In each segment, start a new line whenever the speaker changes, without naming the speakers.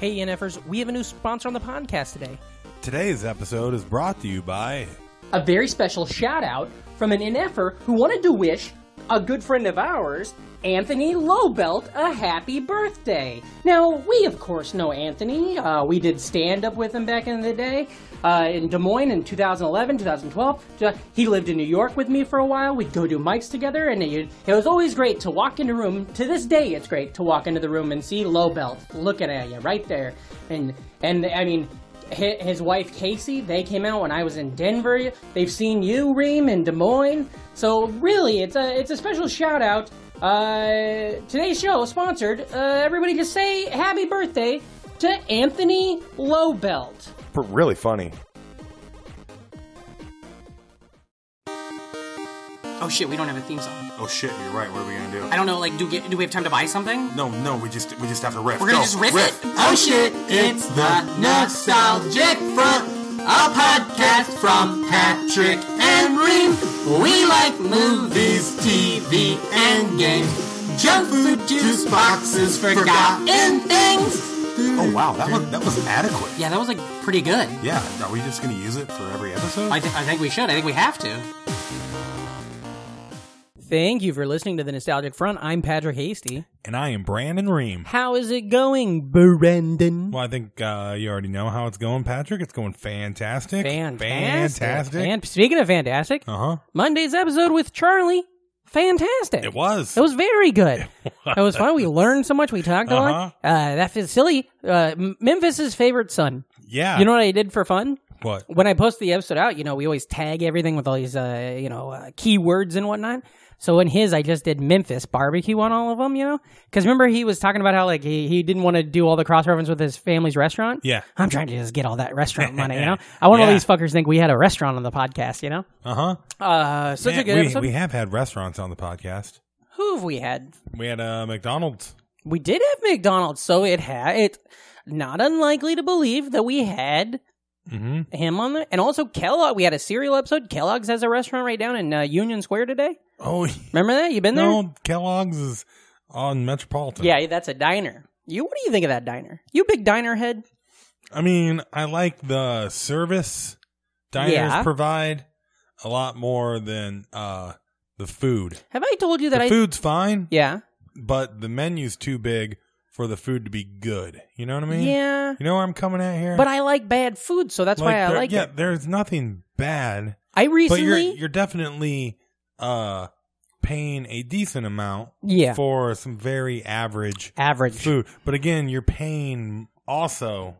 Hey, NFers, we have a new sponsor on the podcast today.
Today's episode is brought to you by
A very special shout out from an NFer who wanted to wish a good friend of ours, Anthony Lowbelt, a happy birthday. Now, we of course know Anthony. Uh, we did stand up with him back in the day uh, in Des Moines in 2011, 2012. Ju- He lived in New York with me for a while. We'd go do mics together, and it, it was always great to walk into a room. To this day, it's great to walk into the room and see Lowbelt looking at you right there. And, and I mean, hi- his wife Casey. They came out when I was in Denver. They've seen you, Reem, in Des Moines. So really, it's a it's a special shout out. Uh, today's show is sponsored. Uh, everybody, just say happy birthday to Anthony Lowbelt.
P- really funny.
Oh shit, we don't have a theme song.
Oh shit, you're right. What are we gonna do?
I don't know. Like, do get, do we have time to buy something?
No, no, we just we just have to riff.
We're gonna
Go,
just riff, it.
Oh shit, it's the Nostalgic Front, a podcast from Patrick and Reem. We like movies, TV, and games, junk food, juice boxes, forgotten things. Oh wow, that was that was adequate.
Yeah, that was like pretty good.
Yeah, are we just gonna use it for every episode?
I, th- I think we should. I think we have to.
Thank you for listening to the Nostalgic Front. I'm Patrick Hasty.
and I am Brandon Ream.
How is it going, Brandon?
Well, I think uh, you already know how it's going, Patrick. It's going fantastic.
Fantastic.
Fantastic.
And speaking of fantastic,
uh huh.
Monday's episode with Charlie, fantastic.
It was.
It was very good. It was, fun. We learned so much. We talked a lot.
Uh-huh.
Uh, that is silly. Uh, M- Memphis's favorite son.
Yeah.
You know what I did for fun?
what?
When I post the episode out, you know, we always tag everything with all these, uh, you know, uh, keywords and whatnot. So in his, I just did Memphis barbecue on all of them, you know? Because remember, he was talking about how, like, he, he didn't want to do all the cross reference with his family's restaurant?
Yeah.
I'm trying to just get all that restaurant money, you know? I want all
Yeah.
these fuckers to think we had a restaurant on the podcast, you know?
Uh huh.
Uh, such a good
we,
episode.
we have had restaurants on the podcast.
Who have we had?
We had uh, McDonald's.
we did have McDonald's, so it had it. Not unlikely to believe that we had
Mm-hmm.
him on there, and also Kellogg. We had a cereal episode. Kellogg's has a restaurant right down in uh, Union Square today.
Oh
Remember that? You been there?
no, Kellogg's is on Metropolitan.
Yeah, that's a diner. You, what do you think of that diner? You big diner head?
I mean, I like the service diners
Yeah.
provide a lot more than uh, the food.
Have I told you that
the
I?
food's fine,
yeah,
but the menu's too big for the food to be good. You know what I mean?
yeah.
You know where I'm coming at here?
But I like bad food, so that's why I
there-
like
yeah,
it.
there's nothing bad,
I recently,
but you're you're definitely uh paying a decent amount
yeah,
for some very average
average
food. But again, you're paying also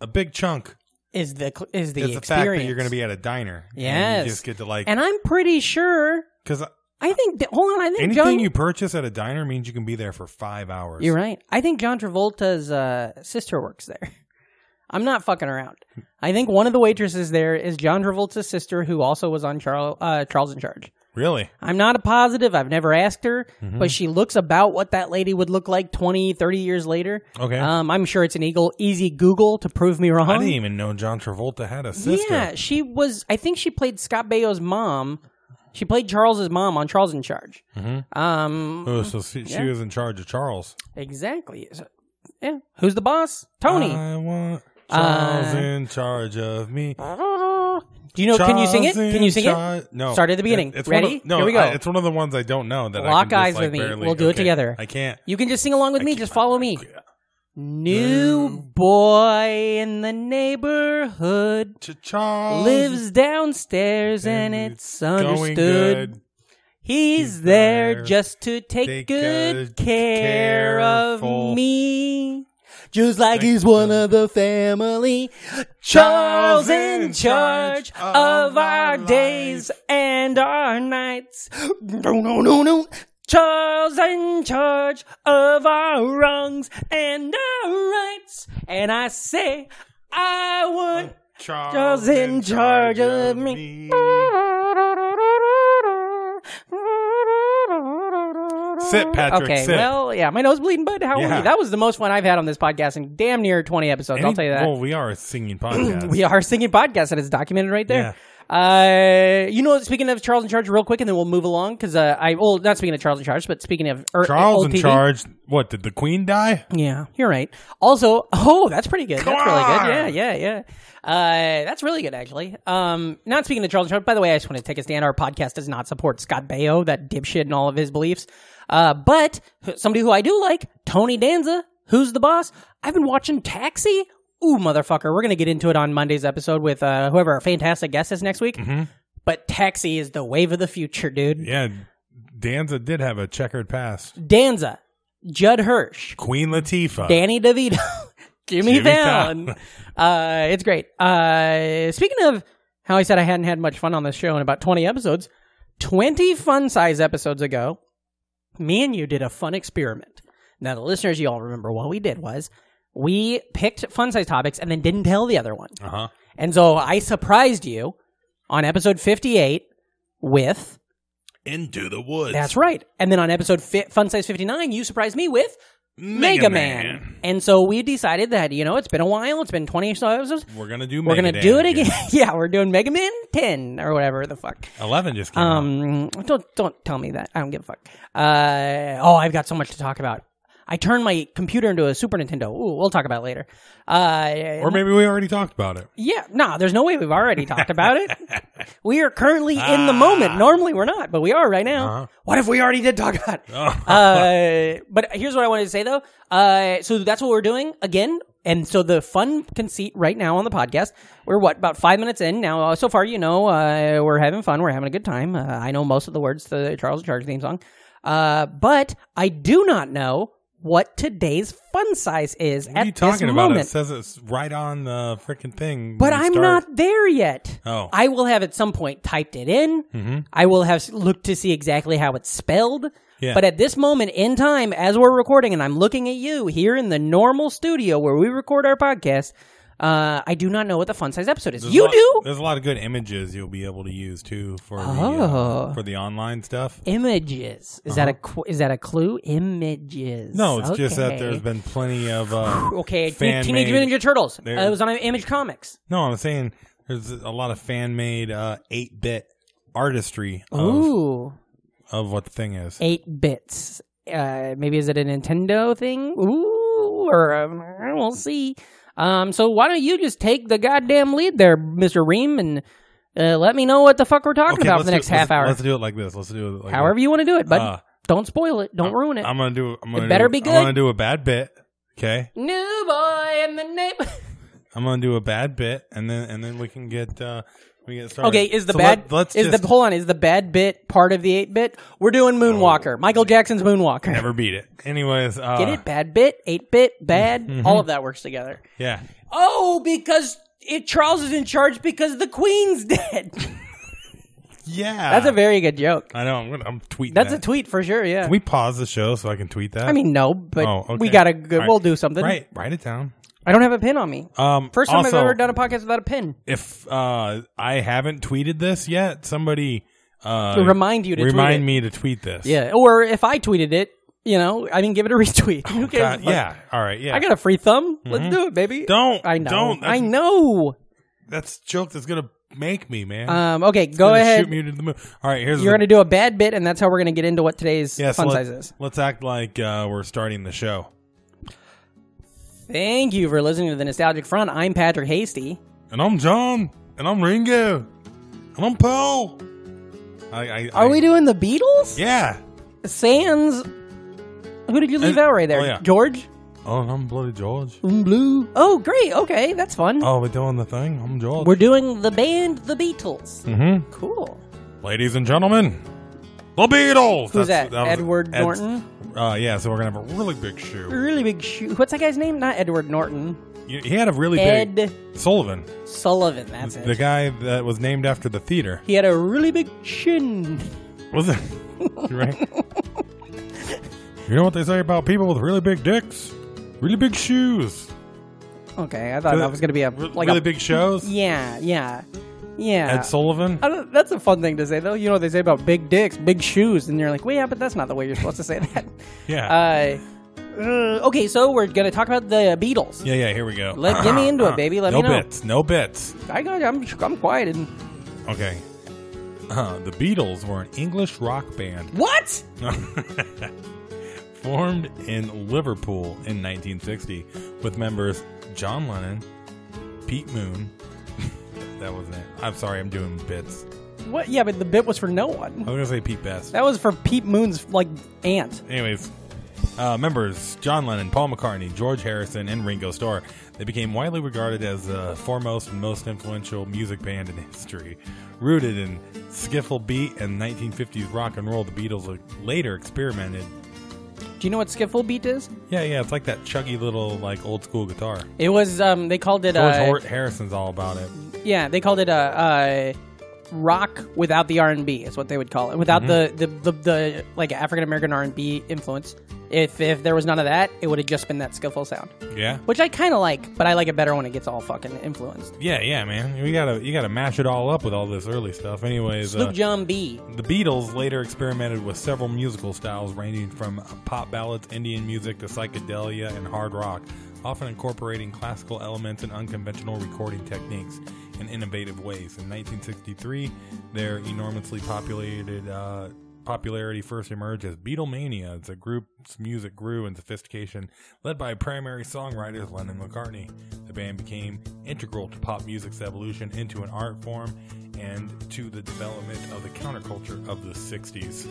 a big chunk
is the cl- is the
it's the
experience.
fact that you're going to be at a diner.
Yes.
and you just get to like
and I'm pretty sure.
because
I think. that- Hold on, I think
anything
John,
you purchase at a diner means you can be there for five hours.
You're right. I think John Travolta's uh, sister works there. I'm not fucking around. I think one of the waitresses there is John Travolta's sister, who also was on Charles uh, Charles in Charge.
Really?
I'm not a positive. I've never asked her,
Mm-hmm.
but she looks about what that lady would look like 20, 30 years later.
Okay.
Um, I'm sure it's an eagle, easy Google to prove me wrong.
I didn't even know John Travolta had a sister.
Yeah, she was. I think she played Scott Baio's mom. She played Charles's mom on Charles in Charge. Um,
Mm-hmm. Oh, so she, she was in charge of Charles.
exactly. So- yeah. Who's the boss? Tony.
I want Charles
Uh,
in charge of me.
Do you know? Can you sing it?
Uh, Charles
Can you sing
in
it?
char- No.
Start at the beginning.
It- it's one
Ready?
of- no,
Here we go.
I- it's one of the ones I don't know that
Lock
I can just,
eyes
like,
with me.
barely-
We'll do it
okay.
together.
I can't.
you can just sing along with me. Just follow me. New boy in the neighborhood
Ch- Charles
lives downstairs, and it's
going
understood
good.
he's
He's
there
there.
just to take
Take
good
good
care of
careful.
me. Just like he's one of the family. Charles
Charles
in
in
charge
charge
of
of our
our days and our nights. No, no, no, no. Charles in charge of our wrongs and our rights. And I say, I would.
Charles,
Charles in charge of me.
Sit, Patrick.
Okay,
sit.
well, yeah, my nose bleeding, bud. How are
Yeah.
you? That was the most fun I've had on this podcast in damn near 20 episodes. I'll
Any-
tell you that.
Well, we are a singing podcast.
we are singing podcast, and it's documented right there. Uh, you know, speaking of Charles in Charge, real quick, and then we'll move along because uh, I well, not speaking of Charles in Charge, but speaking of er,
Charles
old
in
TV.
charge. What did the Queen die?
Yeah, you're right. Also, oh, that's pretty good. that's really
on.
good. Yeah, yeah, yeah. Uh, that's really good, actually. Um, not speaking to Charles Trump, by the way, I just want to take a stand. Our podcast does not support Scott Baio, that dipshit, and all of his beliefs. Uh, but somebody who I do like, Tony Danza, who's the boss. I've been watching Taxi. Ooh, motherfucker. We're going to get into it on Monday's episode with uh, whoever our fantastic guest is next week. But Taxi is the wave of the future, dude.
Yeah, Danza did have a checkered past.
Danza, Judd Hirsch,
Queen Latifah.
Danny DeVito, Uh, Jimmy,
Jimmy
Fallon. uh, it's great. Uh, speaking of how I said I hadn't had much fun on this show in about 20 episodes, 20 fun size episodes ago, me and you did a fun experiment. Now, the listeners, you all remember what we did was we picked fun size topics and then didn't tell the other one.
uh huh.
And so I surprised you on episode 58 with.
Into the woods.
That's right. And then on episode fi- Fun Size 59, you surprised me with Mega, Man. And so we decided that, you know, it's been a while. It's been 20 or so episodes.
We're gonna do.
We're
Mega
going to
Man
do it again. yeah, we're doing Mega Man 10 or whatever the fuck.
Eleven just came out.
Um, don't, don't tell me that. I don't give a fuck. Uh, oh, I've got so much to talk about. I turned my computer into a Super Nintendo. Ooh, we'll talk about it later. Uh,
Or maybe we already talked about it.
yeah, nah, there's no way we've already talked about it. We are currently in the
Ah.
moment. Normally we're not, but we are right now.
Uh-huh.
What if we already did talk about it?
Oh.
uh, but here's what I wanted to say though. Uh, so that's what we're doing again. And so the fun conceit right now on the podcast, we're what about five minutes in now. Uh, so far, you know, uh, we're having fun. We're having a good time. Uh, I know most of the words to the Charles in Charge theme song, uh, but I do not know what today's fun size is
What
at
are you talking
this
about?
moment.
It says it's right on the freaking thing. when
But
you
I'm
start.
not there yet.
Oh. Mm-hmm.
I will have at some point typed it in. I will have s- looked to see exactly how it's spelled.
Yeah.
But at this moment in time, as we're recording, and I'm looking at you here in the normal studio where we record our podcast, uh, I do not know what the fun size episode is.
There's a
you
lot-
do?
There's a lot of good images you'll be able to use too for the
Oh.
uh, for the online stuff.
Images. Is that a qu- is that a clue? Images.
Uh-huh. No, it's just that
Okay.
there's been plenty of uh,
okay.
fan
Teenage
made-
Mutant Ninja Turtles. Uh,
There-
it was on Image Comics.
No, I'm saying there's a lot of fan made uh, 8-bit artistry of,
Ooh,
of what the thing is.
eight bits. Uh, maybe is it a Nintendo thing? Ooh, or um, we'll see. Um, so why don't you just take the goddamn lead there, Mister Ream, and uh, let me know what the fuck we're talking about for the
let's
next
do-
half
let's-
hour.
Let's do it like this. Let's do it like
However you want to do it, but
Uh,
don't spoil it. Don't ruin it.
I'm gonna do. I'm gonna
better
do,
be
I'm gonna
good.
do a bad bit. Okay,
New boy in the neighborhood.
I'm gonna do a bad bit, and then and then we can get uh, we get started.
Okay, is the
So
bad?
Let, let's
is
just
the hold on? Is the bad bit part of the eight bit? We're doing Moonwalker. Michael Jackson's Moonwalker.
Oh, never beat it. Anyways, uh, Mm-hmm.
Get it? Bad bit, eight bit, bad. All of that works together.
Yeah,
Oh, because it Charles is in charge because the Queen's dead.
yeah.
That's a very good joke.
I know. I'm gonna. I'm tweeting.
That's
that.
a tweet for sure. Yeah.
Can we pause the show so I can tweet that?
I mean, no, but
Oh, okay.
we got a good.
All
We'll
right.
do something.
right. Write it down.
I don't have a pin on me.
Um,
First time
also,
I've ever done a podcast without a pin.
If uh, I haven't tweeted this yet, somebody uh,
To remind you to tweet
remind
it.
me to tweet this.
Yeah. Or if I tweeted it, you know, I mean, give it a retweet. Who cares?
Oh, God, yeah. All right. Yeah.
I got a free thumb. Let's do it, baby.
Don't.
I know.
Don't.
I
That's-
know.
That's a joke that's gonna make me, man.
Um, okay, go
Gonna
ahead.
Shoot me to the moon. All right. Here's
You're
the,
going to do a bad bit, and that's how we're going to get into what today's
yeah, so
fun
let's-
size is.
Let's act like uh, we're starting the show.
Thank you for listening to The Nostalgic Front. I'm Patrick Hasty.
And I'm John. And I'm Ringo. And I'm Paul. I, I,
Are
I-
we doing the Beatles?
Yeah.
Sans. Who did you leave
Uh,
out right there?
oh, yeah.
George?
Oh, and I'm bloody George.
Blue. Oh, great. Okay, that's fun.
Oh, we're doing the thing. I'm George.
We're doing the band The Beatles.
mm-hmm.
Cool.
Ladies and gentlemen, the Beatles.
Who's
That's-
that?
was-
Edward
Ed's-
Norton? Er,
Uh, yeah. So we're gonna have a really big shoe.
Really big shoe. What's that guy's name? Not Edward Norton.
He he had a really
Ed
big Sullivan,
Sullivan. That's
the
it.
guy that was named after the theater.
He had a really big chin.
Was it? You right. you know what they say about people with really big dicks, really big shoes,
Okay, I thought Oh, that was going to be a
Re-
like
really
a,
big shows.
Yeah, yeah. Yeah.
Ed Sullivan.
I don't- that's a fun thing to say, though. You know what they say about big dicks, big shoes, and you're like, well, yeah, but that's not the way you're supposed to say that.
Yeah.
Uh, uh, okay, so we're gonna talk about the Beatles.
yeah, yeah, here we go. Uh-huh.
Let get me into it, baby. Let
no
me know.
bits. No bits.
I got. I'm. I'm quiet. And
Okay. Uh, the Beatles were an English rock band
what?
formed in Liverpool in 1960 with members John Lennon, Pete Moon. that wasn't it. I'm sorry, I'm doing bits.
What? Yeah, but the bit was for no one.
I was going to say Pete Best.
That was for Pete Moon's like aunt.
Anyways, uh, members John Lennon, Paul McCartney, George Harrison, and Ringo Starr. They became widely regarded as the foremost and most influential music band in history. Rooted in skiffle beat and 1950s rock and roll, the Beatles uh, later experimented.
Do you know what skiffle beat is?
Yeah, yeah, it's like that chuggy little like old school guitar.
It was. Um. They called it.
George
uh,
Hor- Harrison's all about it.
Yeah, they called it a, uh rock without the R and B is what they would call it, without the, the, the the like African American R and B influence. If if there was none of that, it would have just been that skiffle sound,
Yeah.
which I kind of like, but I like it better when it gets all fucking influenced.
Yeah, yeah, man. You gotta you gotta mash it all up with all this early stuff. Anyways, uh,
Snoop John B.
The Beatles later experimented with several musical styles ranging from pop ballads, Indian music, to psychedelia and hard rock, often incorporating classical elements and unconventional recording techniques in innovative ways. In 1963, their enormously populated uh, popularity first emerged as Beatlemania as the group's music grew in sophistication, led by primary songwriters Lennon and McCartney. The band became integral to pop music's evolution into an art form and to the development of the counterculture of the 60s.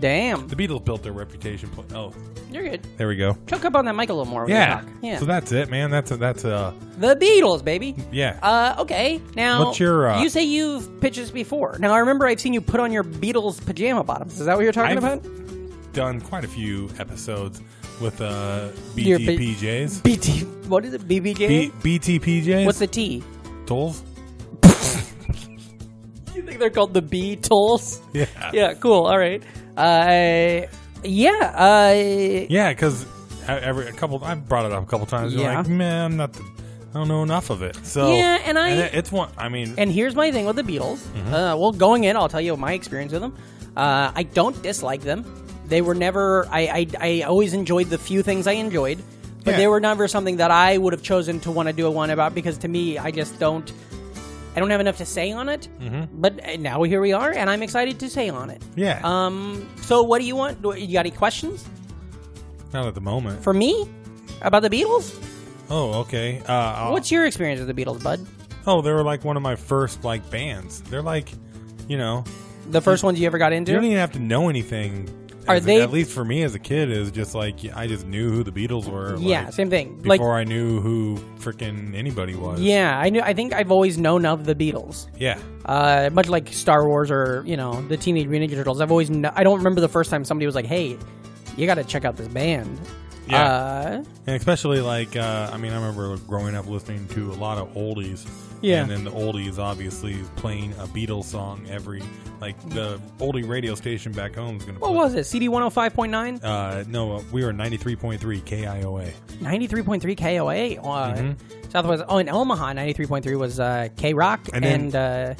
Damn,
The Beatles built their reputation. Pl- oh,
you're good.
there we go.
Choke up on that mic a little more. when
Yeah.
you talk. yeah.
So that's it, man. That's a, that's a
the Beatles, baby.
yeah.
Uh, okay. Now,
What's your, uh,
you say you've pitched this before. Now, I remember I've seen you put on your Beatles pajama bottoms. Is that what you're talking
I've
about?
done quite a few episodes with uh
Your B-
BTPJs.
BT. What is it? BBJ.
B- BTPJs.
What's the T?
tools?
You think they're called the Beatles?
Yeah.
Yeah. Cool. All right. Uh, yeah. Uh,
Yeah, because every a couple I brought it up a couple times. You're
Yeah.
like, man, I'm not. The, I don't know enough of it. So
Yeah, and I-
it- it's one. I mean,
and here's my thing with the Beatles.
Mm-hmm.
Uh, well, going in, I'll tell you my experience with them. Uh, I don't dislike them. They were never. I, I I always enjoyed the few things I enjoyed, but
Yeah.
they were never something that I would have chosen to want to do a one about because to me, I just don't. I don't have enough to say on it. But uh, now here we are, and I'm excited to say on it.
Mm-hmm. yeah,
Um. So, what do you want? Do- You got any questions
not at the moment.
for me about the Beatles?
oh, okay. Uh, I'll-
What's your experience with the Beatles, bud?
oh, they were like one of my first like bands. They're like, you know,
The first ones you ever got
you don't
into?
even have to know anything.
Are
As-
they-
at least for me as a kid? Is just like I just knew who the Beatles were.
Yeah,
like,
same thing. Like,
Before I knew who freaking anybody was.
yeah, I knew. I think I've always known of the Beatles,
Yeah.
uh, much like Star Wars or you know the Teenage Mutant Ninja Turtles. I've always. Kn- I don't remember the first time somebody was like, "Hey, you got to check out this band."
Yeah.
Uh,
And especially like, uh, I mean, I remember growing up listening to a lot of oldies.
Yeah.
And then the oldies obviously is playing a Beatles song every, like the oldie radio station back home is going to
what was it? CD one hundred five point nine.
Uh, no, uh, we were 93.3 KIOA.
93.3 KOA. Uh,
Mm-hmm.
Southwest. Oh, in Omaha, 93.3 was uh, K Rock. And,
And then-
uh,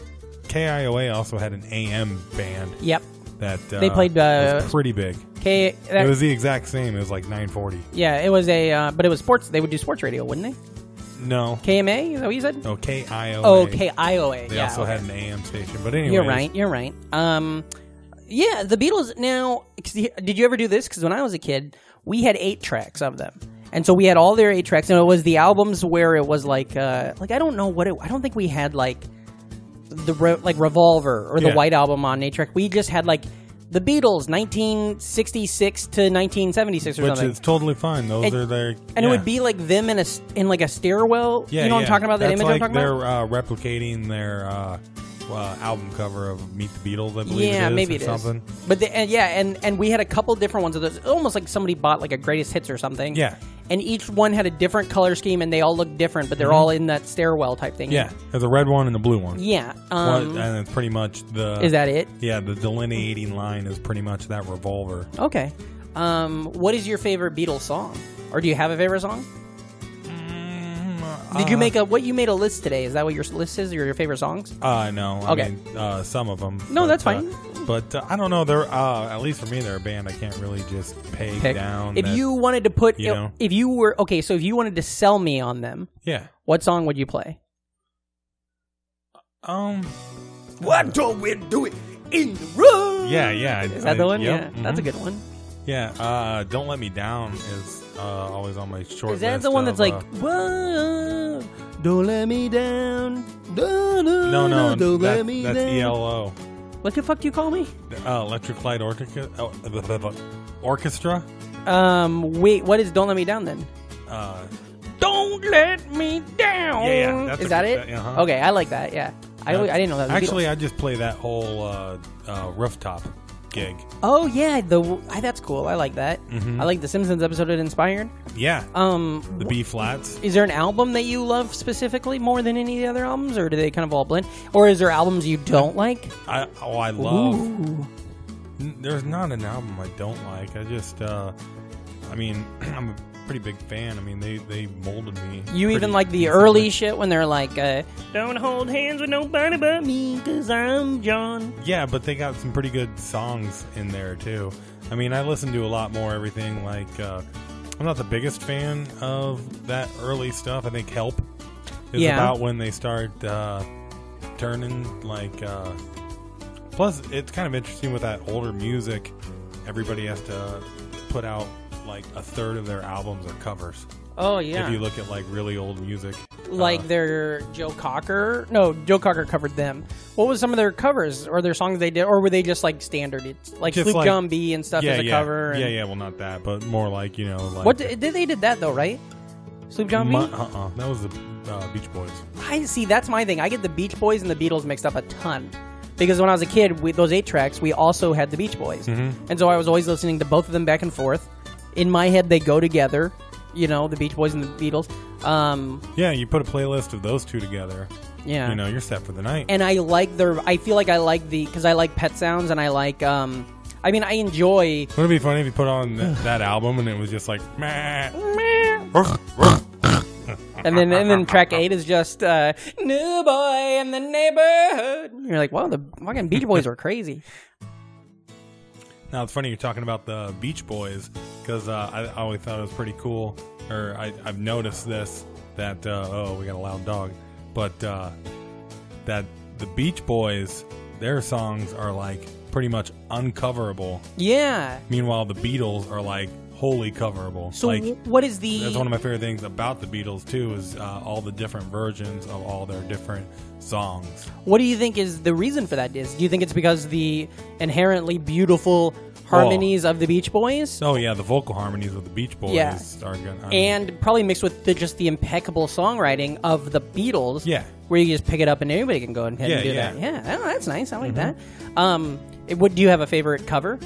KIOA also had an AM band
yep.
that uh,
They played, uh,
was pretty big.
K. that-
It was the exact same. It was like 940.
yeah, it was a. Uh, but it was sports. They would do sports radio, wouldn't
No.
they? KMA? Is that what you said?
no, KIOA.
Oh, KIOA.
They
yeah,
also had an AM station. But anyway.
You're right. You're right. Um, yeah, the Beatles. Now, 'cause the- did you ever do this? Because when I was a kid, we had eight tracks of them, and so we had all their eight tracks, and it was the albums where it was like, uh, like I don't know what it. I don't think we had like the re- like Revolver or the
Yeah.
White Album on eight track. We just had like the Beatles, 1966 to 1976 or
Which
something.
is totally fine. Those
And-
are their.
and it
yeah.
would be like them in a s- in like a stairwell.
Yeah,
you know what
yeah.
I'm talking about? That
That's
image
like
I'm talking
they're
about.
uh, replicating their uh, uh, album cover of Meet the Beatles, I believe.
yeah,
it is,
maybe
or
it is.
something.
But the, and yeah, and and we had a couple different ones of those. Almost like somebody bought like a greatest hits or something.
Yeah.
And each one had a different color scheme, and they all looked different, but they're all in that stairwell type thing.
Mm-hmm. Yeah, uh, there's a red one and a blue one.
Yeah.
One-
Um,
and it's pretty much the.
is that it?
Yeah, the delineating line is pretty much that revolver.
Okay. Um, what is your favorite Beatles song, or do you have a favorite song?
Mm,
Did you make a what you made a list today? Is that what your list is? Or your favorite songs?
Uh, no. I
Okay.
mean, uh, some of them.
No, that's fine.
but uh, I don't know. They're uh, at least for me, they're a band I can't really just peg
Pick.
down.
if
that-
you wanted to put,
you know.
if you were okay, so if you wanted to sell me on them,
yeah,
what song would you play?
um,
What don't we do it in the room?
yeah, yeah.
Is that the one?
Yep.
Yeah, that's a
Mhm.
good one.
Yeah, uh, don't let me down is uh, always on my short.
Is that
list
the one
of,
that's like,
uh,
whoa, don't let me down. No,
no, no,
don't
that-
let me
that's E
down.
ELO,
What the fuck do you call me?
uh, Electric Light Orchestra. oh, blah, blah, blah. Orchestra.
Um, wait, what is Don't Let Me Down then?
Uh,
Don't let me down.
Yeah, yeah, that's
is
a
that
good-
it?
that- uh-huh.
Okay, I like that. Yeah, I, always- I didn't know that. Was the
Actually,
Beatles.
I just play that whole uh, uh, rooftop gig.
oh yeah, the I, that's cool. I like that.
Mm-hmm.
I like the Simpsons episode of Inspired.
Yeah,
Um,
the B flats.
is there an album that you love specifically more than any of the other albums, or do they kind of all blend? Or is there albums you don't like?
I oh, I love.
Ooh.
N- There's not an album I don't like. I just, uh, I mean, I'm a pretty big fan. I mean, they they molded me.
You
pretty
even like the
decently.
early shit when they're like, uh, "Don't hold hands with nobody but me, cause I'm John."
Yeah, but they got some pretty good songs in there too. I mean, I listen to a lot more everything. Like, uh, I'm not the biggest fan of that early stuff. I think Help is
Yeah.
about when they start uh, turning like. Uh, plus, it's kind of interesting with that older music. Everybody has to put out like a third of their albums are covers.
Oh yeah,
If you look at like really old music, uh, Uh-huh.
like their Joe Cocker. No, Joe Cocker covered them. What was some of their covers or their songs they did, or were they just like standard? It's like
Just
Sloop
like-
Gumby and stuff
yeah,
as a
yeah,
cover. and-
yeah, yeah. Well, not that, but more like you know, like
What did, did they did that though, right? Sloop Gumby.
Mu- uh-uh. That was the uh, Beach Boys.
I see. That's my thing. I get the Beach Boys and the Beatles mixed up a ton. Because when I was a kid, with those eight tracks, we also had the Beach Boys,
Mm-hmm.
and so I was always listening to both of them back and forth. In my head, they go together. You know, the Beach Boys and the Beatles. Um,
Yeah, you put a playlist of those two together.
yeah,
You know, you're set for the night.
and I like their. I feel like I like the because I like Pet Sounds and I like. um I mean, I enjoy.
Wouldn't it be funny if you put on th- that album and it was just like, meh.
And then and then track eight is just uh, new boy in the neighborhood. And you're like, wow, the fucking Beach Boys were crazy.
Now it's funny you're talking about the Beach Boys because uh, I, I always thought it was pretty cool, or I, I've noticed this that uh, oh we got a loud dog, but uh, that the Beach Boys their songs are like pretty much uncoverable.
Yeah.
Meanwhile, the Beatles are like wholly coverable.
So
like
what is the?
That's one of my favorite things about the Beatles too is uh, all the different versions of all their different songs.
What do you think is the reason for that? Is do you think it's because the inherently beautiful harmonies of the Beach Boys,
So yeah, the vocal harmonies of the Beach Boys
Yeah.
are good. I mean,
and probably mixed with the, just the impeccable songwriting of the Beatles?
Yeah.
where you just pick it up and anybody can go ahead
Yeah,
and do
yeah.
that. Yeah, oh, that's nice. I like that. Um, it- what do you have a favorite cover?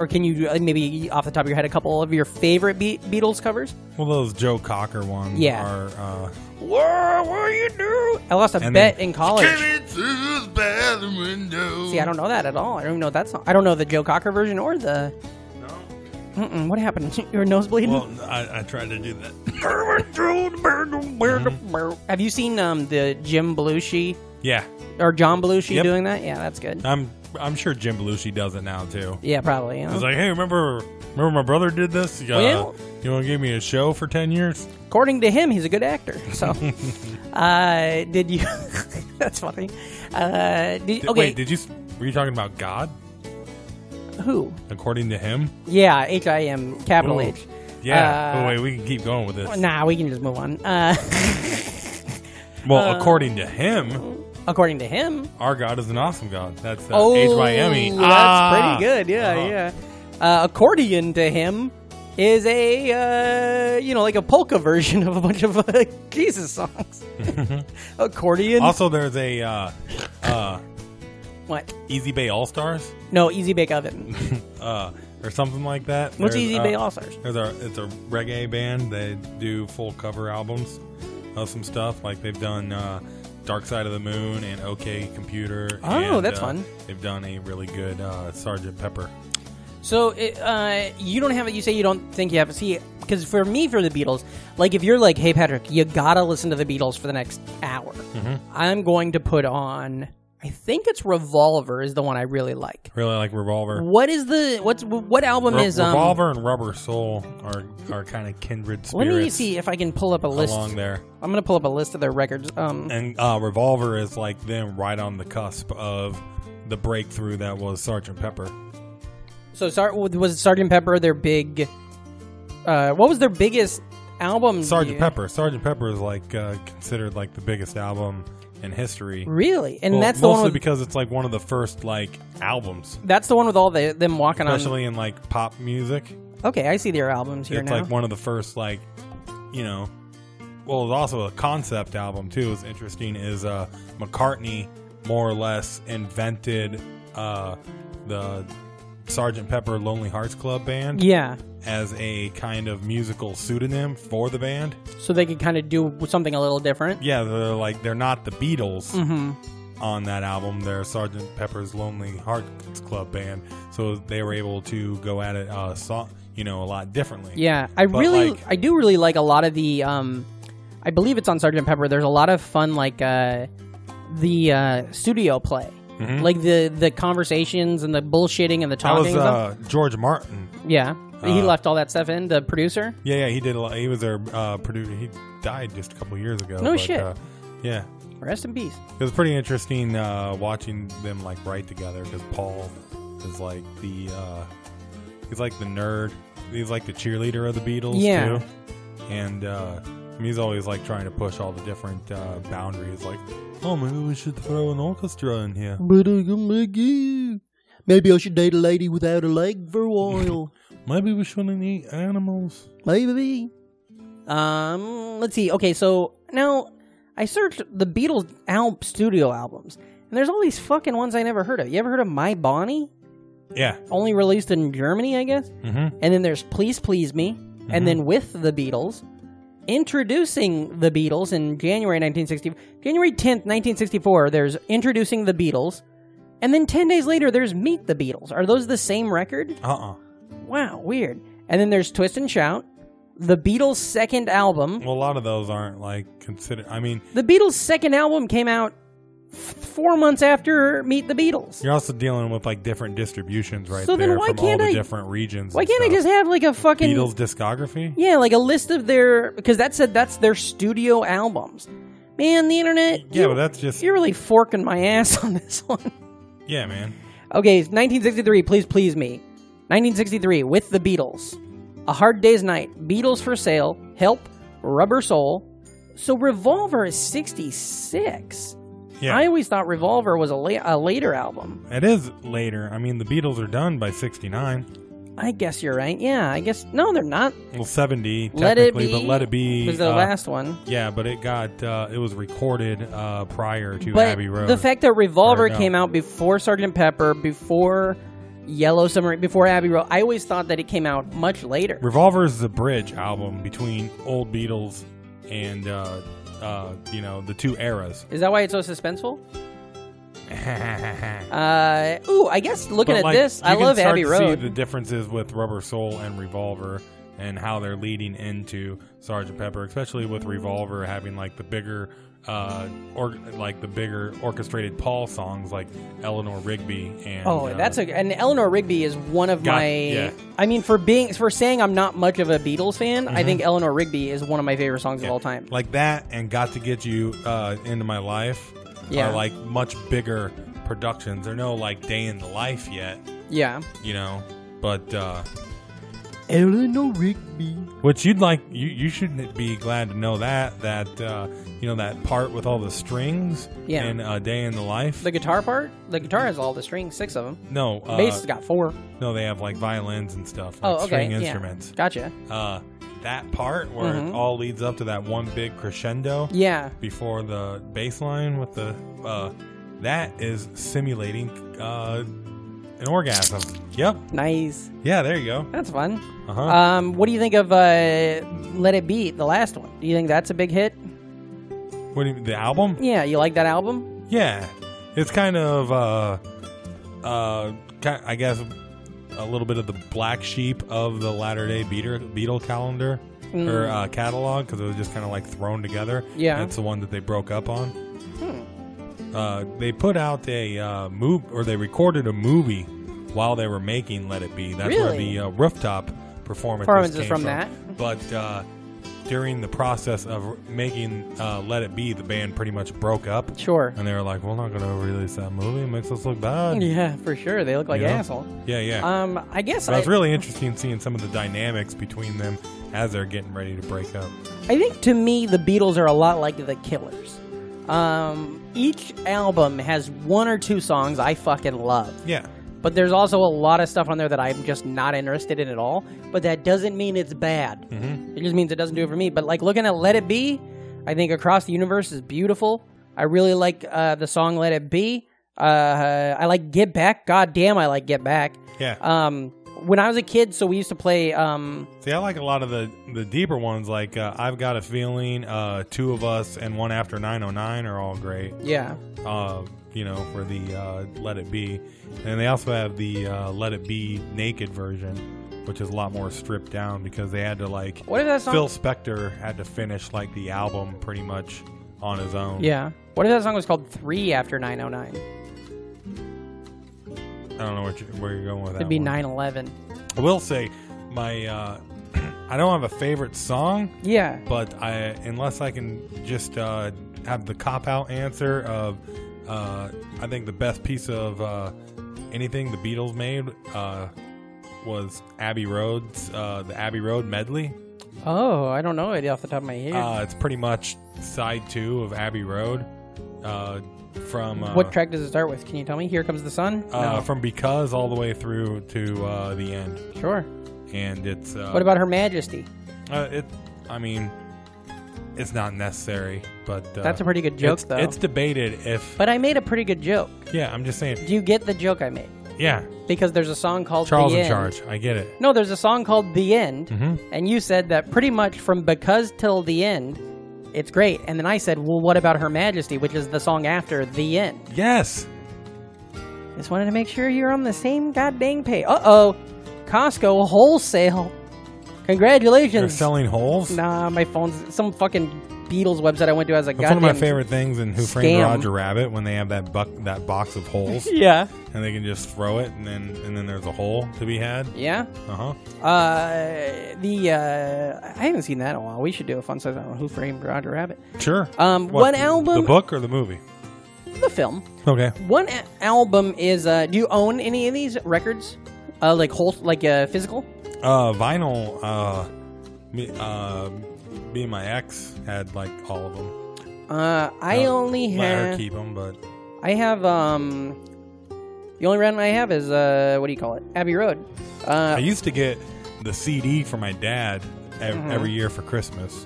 Or can you uh, maybe off the top of your head a couple of your favorite Be- Beatles covers?
well, those Joe Cocker ones
Yeah.
are. Uh,
What will you do? I lost a
And
bet
then-
in college.
through the bathroom window.
See, I don't know that at all. I don't even know that song. I don't know the Joe Cocker version or the. No. Mm-mm, what happened? Your nose bleeding?
well, I, I tried to do that.
Have you seen um, the Jim Belushi
Yeah,
or John Belushi
Yep. Uh,
doing that? Yeah, that's good.
I'm I'm sure Jim Belushi does it now too.
Yeah, probably. you know.
He's like, hey, remember remember my brother did this? Uh,
Well-
you want to give me a show for ten years?
According to him, he's a good actor. So, uh, did you? that's funny. Uh, did,
Did-
okay,
Wait, did you? s- Were you talking about God?
who?
According to him?
Yeah, H I M capital
Ooh.
H.
Yeah.
Uh,
oh, wait, we can keep going with this.
Nah, we can just move on. Uh,
Well, according to him,
according to him,
our God is an awesome God. That's uh,
Oh,
H Miami.
That's pretty good. Yeah,
Uh-huh.
yeah. Uh, accordion to him is a uh, you know like a polka version of a bunch of uh, Jesus songs. accordion.
Also, there's a uh, uh,
what?
Easy Bay All Stars
No, Easy Bake Oven.
uh, or something like that.
What's
There's,
Easy
uh,
Bake All Stars?
There's a it's a reggae band. They do full cover albums of some stuff. Like they've done uh, Dark Side of the Moon and OK Computer.
Oh,
and,
that's
uh,
fun.
They've done a really good uh, Sergeant Pepper.
So it, uh, you don't have it. You say you don't think you have it. See, because for me for the Beatles, like if you're like, hey Patrick, you gotta listen to the Beatles for the next hour.
Mm-hmm.
I'm going to put on. I think it's Revolver is the one I really like.
Really like Revolver.
What is the what's what album
Re-
is um?
Revolver and Rubber Soul are are kind of kindred
Let
spirits
me see if I can pull up a list.
along there.
I'm gonna pull up a list of their records. Um,
And uh, Revolver is like them right on the cusp of the breakthrough that was Sergeant Pepper.
so Sar- was Sergeant Pepper their big? Uh, what was their biggest album?
Sergeant
dude?
Pepper. Sergeant Pepper is like uh, considered like the biggest album in history.
Really, and
Well,
that's the one.
mostly
With,
because it's like one of the first like albums,
that's the one with all the them walking on.
especially in like pop music.
Okay, I see their albums here
it's
now.
like one of the first like you know well it's also a concept album too is interesting is uh mccartney more or less invented uh the sergeant pepper lonely hearts club band
yeah,
as a kind of musical pseudonym for the band
so they could kind of do something a little different.
yeah they're like they're not the beatles
Mm-hmm.
on that album they're sergeant pepper's lonely hearts club band so they were able to go at it uh so, you know a lot differently
Yeah, I
But,
really,
like-
I do really like a lot of the. Um, I believe it's on Sergeant Pepper. There's a lot of fun, like uh, the uh, studio play, like the the conversations and the bullshitting and the talking.
Mm-hmm. that was
and stuff.
uh, george martin
yeah, he left all that stuff in. The producer.
Yeah, yeah, he did. A lot. He was their uh, producer. He died just a couple years ago.
No shit.
Uh, yeah,
Rest in peace.
it was pretty interesting uh, watching them like write together because Paul is like the uh, he's like the nerd. He's like the cheerleader of the Beatles
Yeah.
too, and uh, he's always like trying to push all the different uh, boundaries. Like, oh, maybe we should throw an orchestra in here.
Maybe I should date a lady without a leg for a while.
Maybe we shouldn't eat animals.
Maybe.
Um, let's see. Okay, so now I searched the Beatles al- studio albums, and there's all these fucking ones I never heard of. You ever heard of My Bonnie?
Yeah,
Only released in Germany, I guess. Mm-hmm. And then there's Please Please Me,
mm-hmm.
and then with the Beatles. Introducing the Beatles in January 1960, January 10th, 1964. There's introducing the Beatles, and then 10 days later, there's Meet the Beatles. Are those the same record?
uh, uh
Wow, weird. And then there's Twist and Shout, the Beatles' second album.
Well, a lot of those aren't like considered. I mean,
The Beatles' second album came out f- four months after Meet the Beatles.
You're also dealing with like different distributions right
So
there
then why
from
can't
all the
I-
different regions.
Why
and
can't I
stuff.
just have like a fucking
Beatles discography?
yeah, like a list of their because that said that's their studio albums. Man, the internet.
Yeah,
you-
but that's just-
you're really forking my ass on this one.
Yeah, man.
Okay, 1963. Please please me. 1963 with the Beatles, A Hard Day's Night, Beatles for Sale, Help, Rubber Soul. So Revolver is 66.
Yeah,
I always thought Revolver was a, la- a later album.
it is later. I mean, the Beatles are done by '69.
I guess you're right. Yeah, I guess no, they're not.
Well, '70 technically,
Let it be.
but Let It Be
was the
uh,
last one.
Yeah, but it got uh, it was recorded uh, prior to
But
Abbey Road.
the fact that
Or
Revolver
no.
came out before Sergeant Pepper, before Yellow Submarine, before Abbey Road, I always thought that it came out much later.
Revolver is the bridge album between old Beatles and uh, uh, you know the two eras.
Is that why it's so suspenseful? Uh, ooh, I guess looking
But,
at
like,
this,
you
I
can
love
start
Abbey
to
Road.
See the differences with Rubber Soul and Revolver, and how they're leading into Sergeant Pepper, especially with Revolver having like the bigger, uh, or like the bigger orchestrated Paul songs like Eleanor Rigby and.
Oh,
uh,
that's a and Eleanor Rigby is one of
Got-
my.
yeah.
I mean, for being for saying I'm not much of a Beatles fan, I think Eleanor Rigby is one of my favorite songs of all time.
Mm-hmm. like that, and got to get you uh, into my life.
Yeah.
are like much bigger productions. They're no like day in the life yet,
yeah,
you know, but. uh
Eleanor Rigby.
Which you'd like, you, you shouldn't be glad to know that that uh, you know that part with all the strings
Yeah.
in uh, Day in the Life.
the guitar part. The guitar has all the strings, six of them.
no, uh,
Bass has got four.
no, they have like violins and stuff, like
Oh, okay.
string
yeah. Mm-hmm.
instruments.
Gotcha.
Uh, that part where it all leads up to that one big crescendo
Yeah.
before the bass line with the uh, that is simulating uh, an orgasm. Yep,
Nice.
yeah, there you go.
That's fun.
Uh-huh.
Um, what do you think of uh, Let It Be, the last one? Do you think that's a big hit?
What do you, the album?
Yeah, you like that album?
Yeah, it's kind of, uh, uh, ki- I guess, a little bit of the black sheep of the Latter Day Beater Beetle calendar or uh, catalog because it was just kind of like thrown together.
Mm. Yeah. Hmm.
and it's the one that they broke up on. Uh, they put out a uh, move or they recorded a movie while they were making Let It Be. That's where
Really?
the uh, rooftop performance
Performance is
came
from
from
that?
But uh, during the process of making uh, Let It Be, the band pretty much broke up.
Sure.
And they were like, "We're not going to release that movie. It makes us look bad."
Yeah, for sure. They look like
You know?
asshole.
Yeah, yeah.
Um, I guess
but
I,
it's really interesting seeing some of the dynamics between them as they're getting ready to break up.
I think to me the Beatles are a lot like the Killers. Um, each album has one or two songs I fucking love.
Yeah,
But there's also a lot of stuff on there that I'm just not interested in at all. But that doesn't mean it's bad. It just means it doesn't do it for me. But like looking at Let It Be, I think Across the Universe is beautiful. I really like uh, the song Let It Be. Uh, I like Get Back. God damn, I like Get Back.
yeah.
Um, when I was a kid, so we used to play. Um,
See, I like a lot of the the deeper ones, like uh, "I've Got a Feeling," uh, "Two of Us," and "One After 909 are all great.
yeah,
Uh, you know, for the uh, "Let It Be," and they also have the uh, "Let It Be" naked version, which is a lot more stripped down because they had to like
what if that song?
Phil Spector had to finish like the album pretty much on his own.
yeah, what if that song was called Three After Nine Oh Nine?
I don't know what you, where you're going with that.
It'd be
one.
Nine Eleven.
I will say, my uh, I don't have a favorite song,
Yeah,
but I unless I can just uh, have the cop out answer of uh, I think the best piece of uh, anything the Beatles made uh, was Abbey Road's uh, the Abbey Road medley.
Oh, I don't know it off the top of my head.
Uh, it's pretty much side two of Abbey Road uh, from uh,
what track does it start with? Can you tell me? Here comes the sun.
uh,
no.
from because all the way through to uh, the end,
sure.
and it's uh,
What about Her Majesty?
Uh, it, I mean, it's not necessary, but uh,
That's a pretty good joke,
it's,
though.
It's debated if.
But I made a pretty good joke.
yeah, I'm just saying.
Do you get the joke I made?
Yeah,
Because there's a song called
Charles
The
in
End.
charge. Mm-hmm. I get it.
No, there's a song called The End, and you said that pretty much from Because Till the End, it's great. And then I said, well, what about Her Majesty, which is the song after The End?
Yes.
Just wanted to make sure you're on the same goddamn pay. Uh oh. Costco wholesale.
They're
Congratulations.
selling holes.
Nah, my phone's some fucking Beatles website I went to has a
That's one
goddamn.
of my favorite things in Who Framed
scam.
Roger Rabbit when they have that buck, that box of holes,
Yeah,
and they can just throw it, and then and then there's a hole to be had.
yeah.
Uh huh.
Uh, the uh, I haven't seen that in a while. We should do a fun size on Who Framed Roger Rabbit.
Sure.
Um, one
The
album-
book or the movie?
The film.
Okay.
One a- album is. Uh, do you own any of these records? Uh, like whole, like uh, physical.
Uh, vinyl. Uh, me, uh, me and my ex had like all of them.
Uh, I
Uh,
only
Let her
have.
keep them, but
I have um. The only random I have is uh, what do you call it? Abbey Road.
I
Uh,
used to get the CD for my dad ev-
Mm-hmm.
every year for Christmas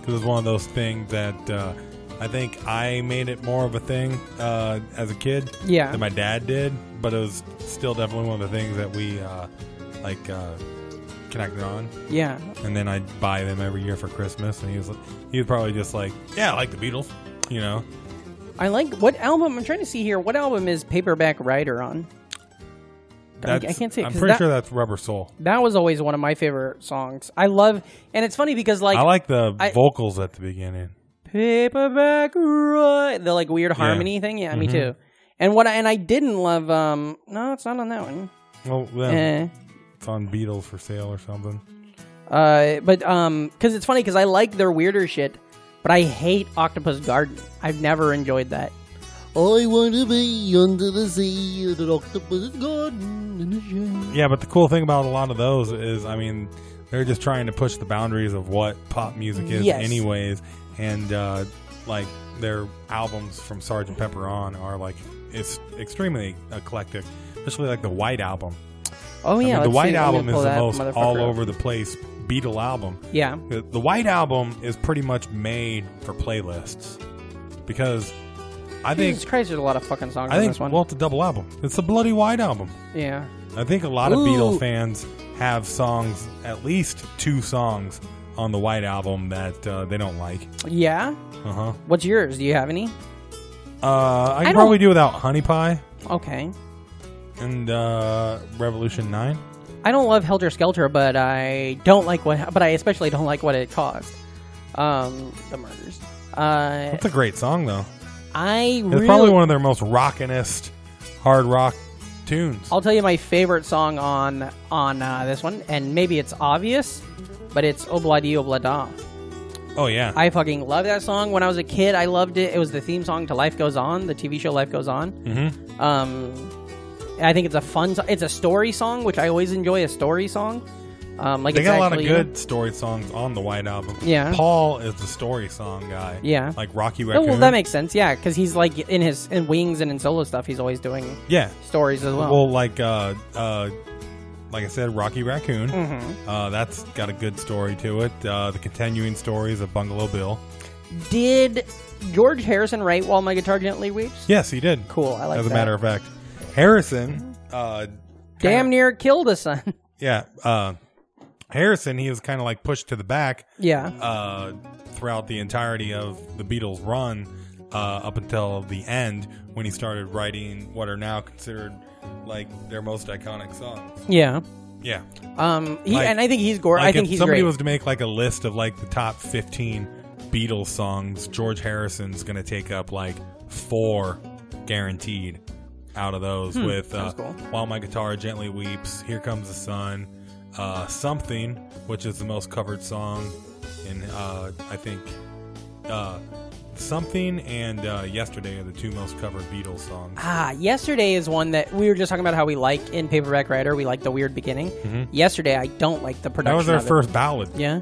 because it's one of those things that uh, I think I made it more of a thing uh, as a kid
Yeah.
than my dad did, but it was still definitely one of the things that we uh, like uh, connected on.
yeah.
And then I'd buy them every year for Christmas, and he was like, he was probably just like, yeah, I like the Beatles, you know.
I like what album? I'm trying to see here. What album is Paperback Writer on? I- I
That's-
can't say it
I'm
'cause
pretty
that-
sure that's Rubber Soul.
That was always one of my favorite songs. I love, and it's funny because like,
I like the
I-
vocals at the beginning.
paperback right, the like weird harmony thing. Yeah, Mm-hmm. me too. And what I, and I didn't love. Um, no, it's not on that one.
Well, then
Eh.
it's on Beatles for sale or something.
Uh, but um, because it's funny because I like their weirder shit, but I hate Octopus Garden. I've never enjoyed that.
I want to be under the sea at an octopus garden in the shade.
Yeah, but the cool thing about a lot of those is, I mean, they're just trying to push the boundaries of what pop music is,
Yes.
anyways. And uh, like their albums from Sgt. Pepper on are like it's extremely eclectic, especially like the White Album.
Oh
I
yeah,
mean, the
let's
White
see. Let me
Album
pull
is the
that
most
motherfucker
all
up.
over the place Beatle album.
Yeah,
The, the White Album is pretty much made for playlists because I think
Jesus Christ, there's a lot of fucking songs
I
on
think
this one.
well, it's a double album. It's the bloody White Album.
yeah,
I think a lot of
Ooh.
Beatle fans have songs, at least two songs on the White Album that uh, they don't like.
yeah.
Uh-huh.
What's yours? Do you have any?
Uh I can
I
probably do without Honey Pie
Okay.
and and uh, Revolution 9.
I don't love Helter Skelter, but I don't like what. But I especially don't like what it caused. Um, the murders. Uh,
It's a great song, though.
I
It's
really.
probably one of their most rockinest hard rock tunes.
I'll tell you my favorite song on on uh, this one, and maybe it's obvious, but it's Obladi Oblada.
oh, yeah.
I fucking love that song. When I was a kid, I loved it. It was the theme song to Life Goes On, the TV show Life Goes On.
Hmm.
Mm-hmm. Um, I think it's a fun. So- it's a story song, which I always enjoy a story song. Um, like
they
it's
got a lot of
actually-
good story songs on the White Album.
Yeah.
Paul is the story song guy.
Yeah.
Like Rocky
Oh
Raccoon.
well, that makes sense. Yeah, because he's like in his in wings and in solo stuff. He's always doing
Yeah.
stories as well.
Well, like, uh, uh, like I said, Rocky Raccoon.
Mm-hmm.
Uh, that's got a good story to it. Uh, the continuing stories of Bungalow Bill.
Did George Harrison write "While My Guitar Gently Weeps"?
Yes, he did.
Cool. I like
As a
that.
matter of fact, Harrison. Uh,
Damn near killed a son.
yeah. Uh, Harrison. He was kind of like pushed to the back.
yeah.
uh, throughout the entirety of the Beatles' run uh, up until the end when he started writing what are now considered like their most iconic songs.
Yeah.
Yeah.
Um. He,
Like-
and I think he's gore.
Like
I think
if
he's
somebody
great.
was to make like a list of like the top 15 Beatles songs, George Harrison's going to take up like four guaranteed out of those with
Hmm,
uh,
sounds cool.
While My Guitar Gently Weeps, Here Comes the Sun, uh, Something, which is the most covered song and uh, I think uh, Something and uh, Yesterday are the two most covered Beatles songs.
Ah, yesterday is one that we were just talking about how we like in Paperback Writer. We like the weird beginning. Yesterday, I don't like the production.
Mm-hmm. That was their
of it.
first ballad.
Yeah.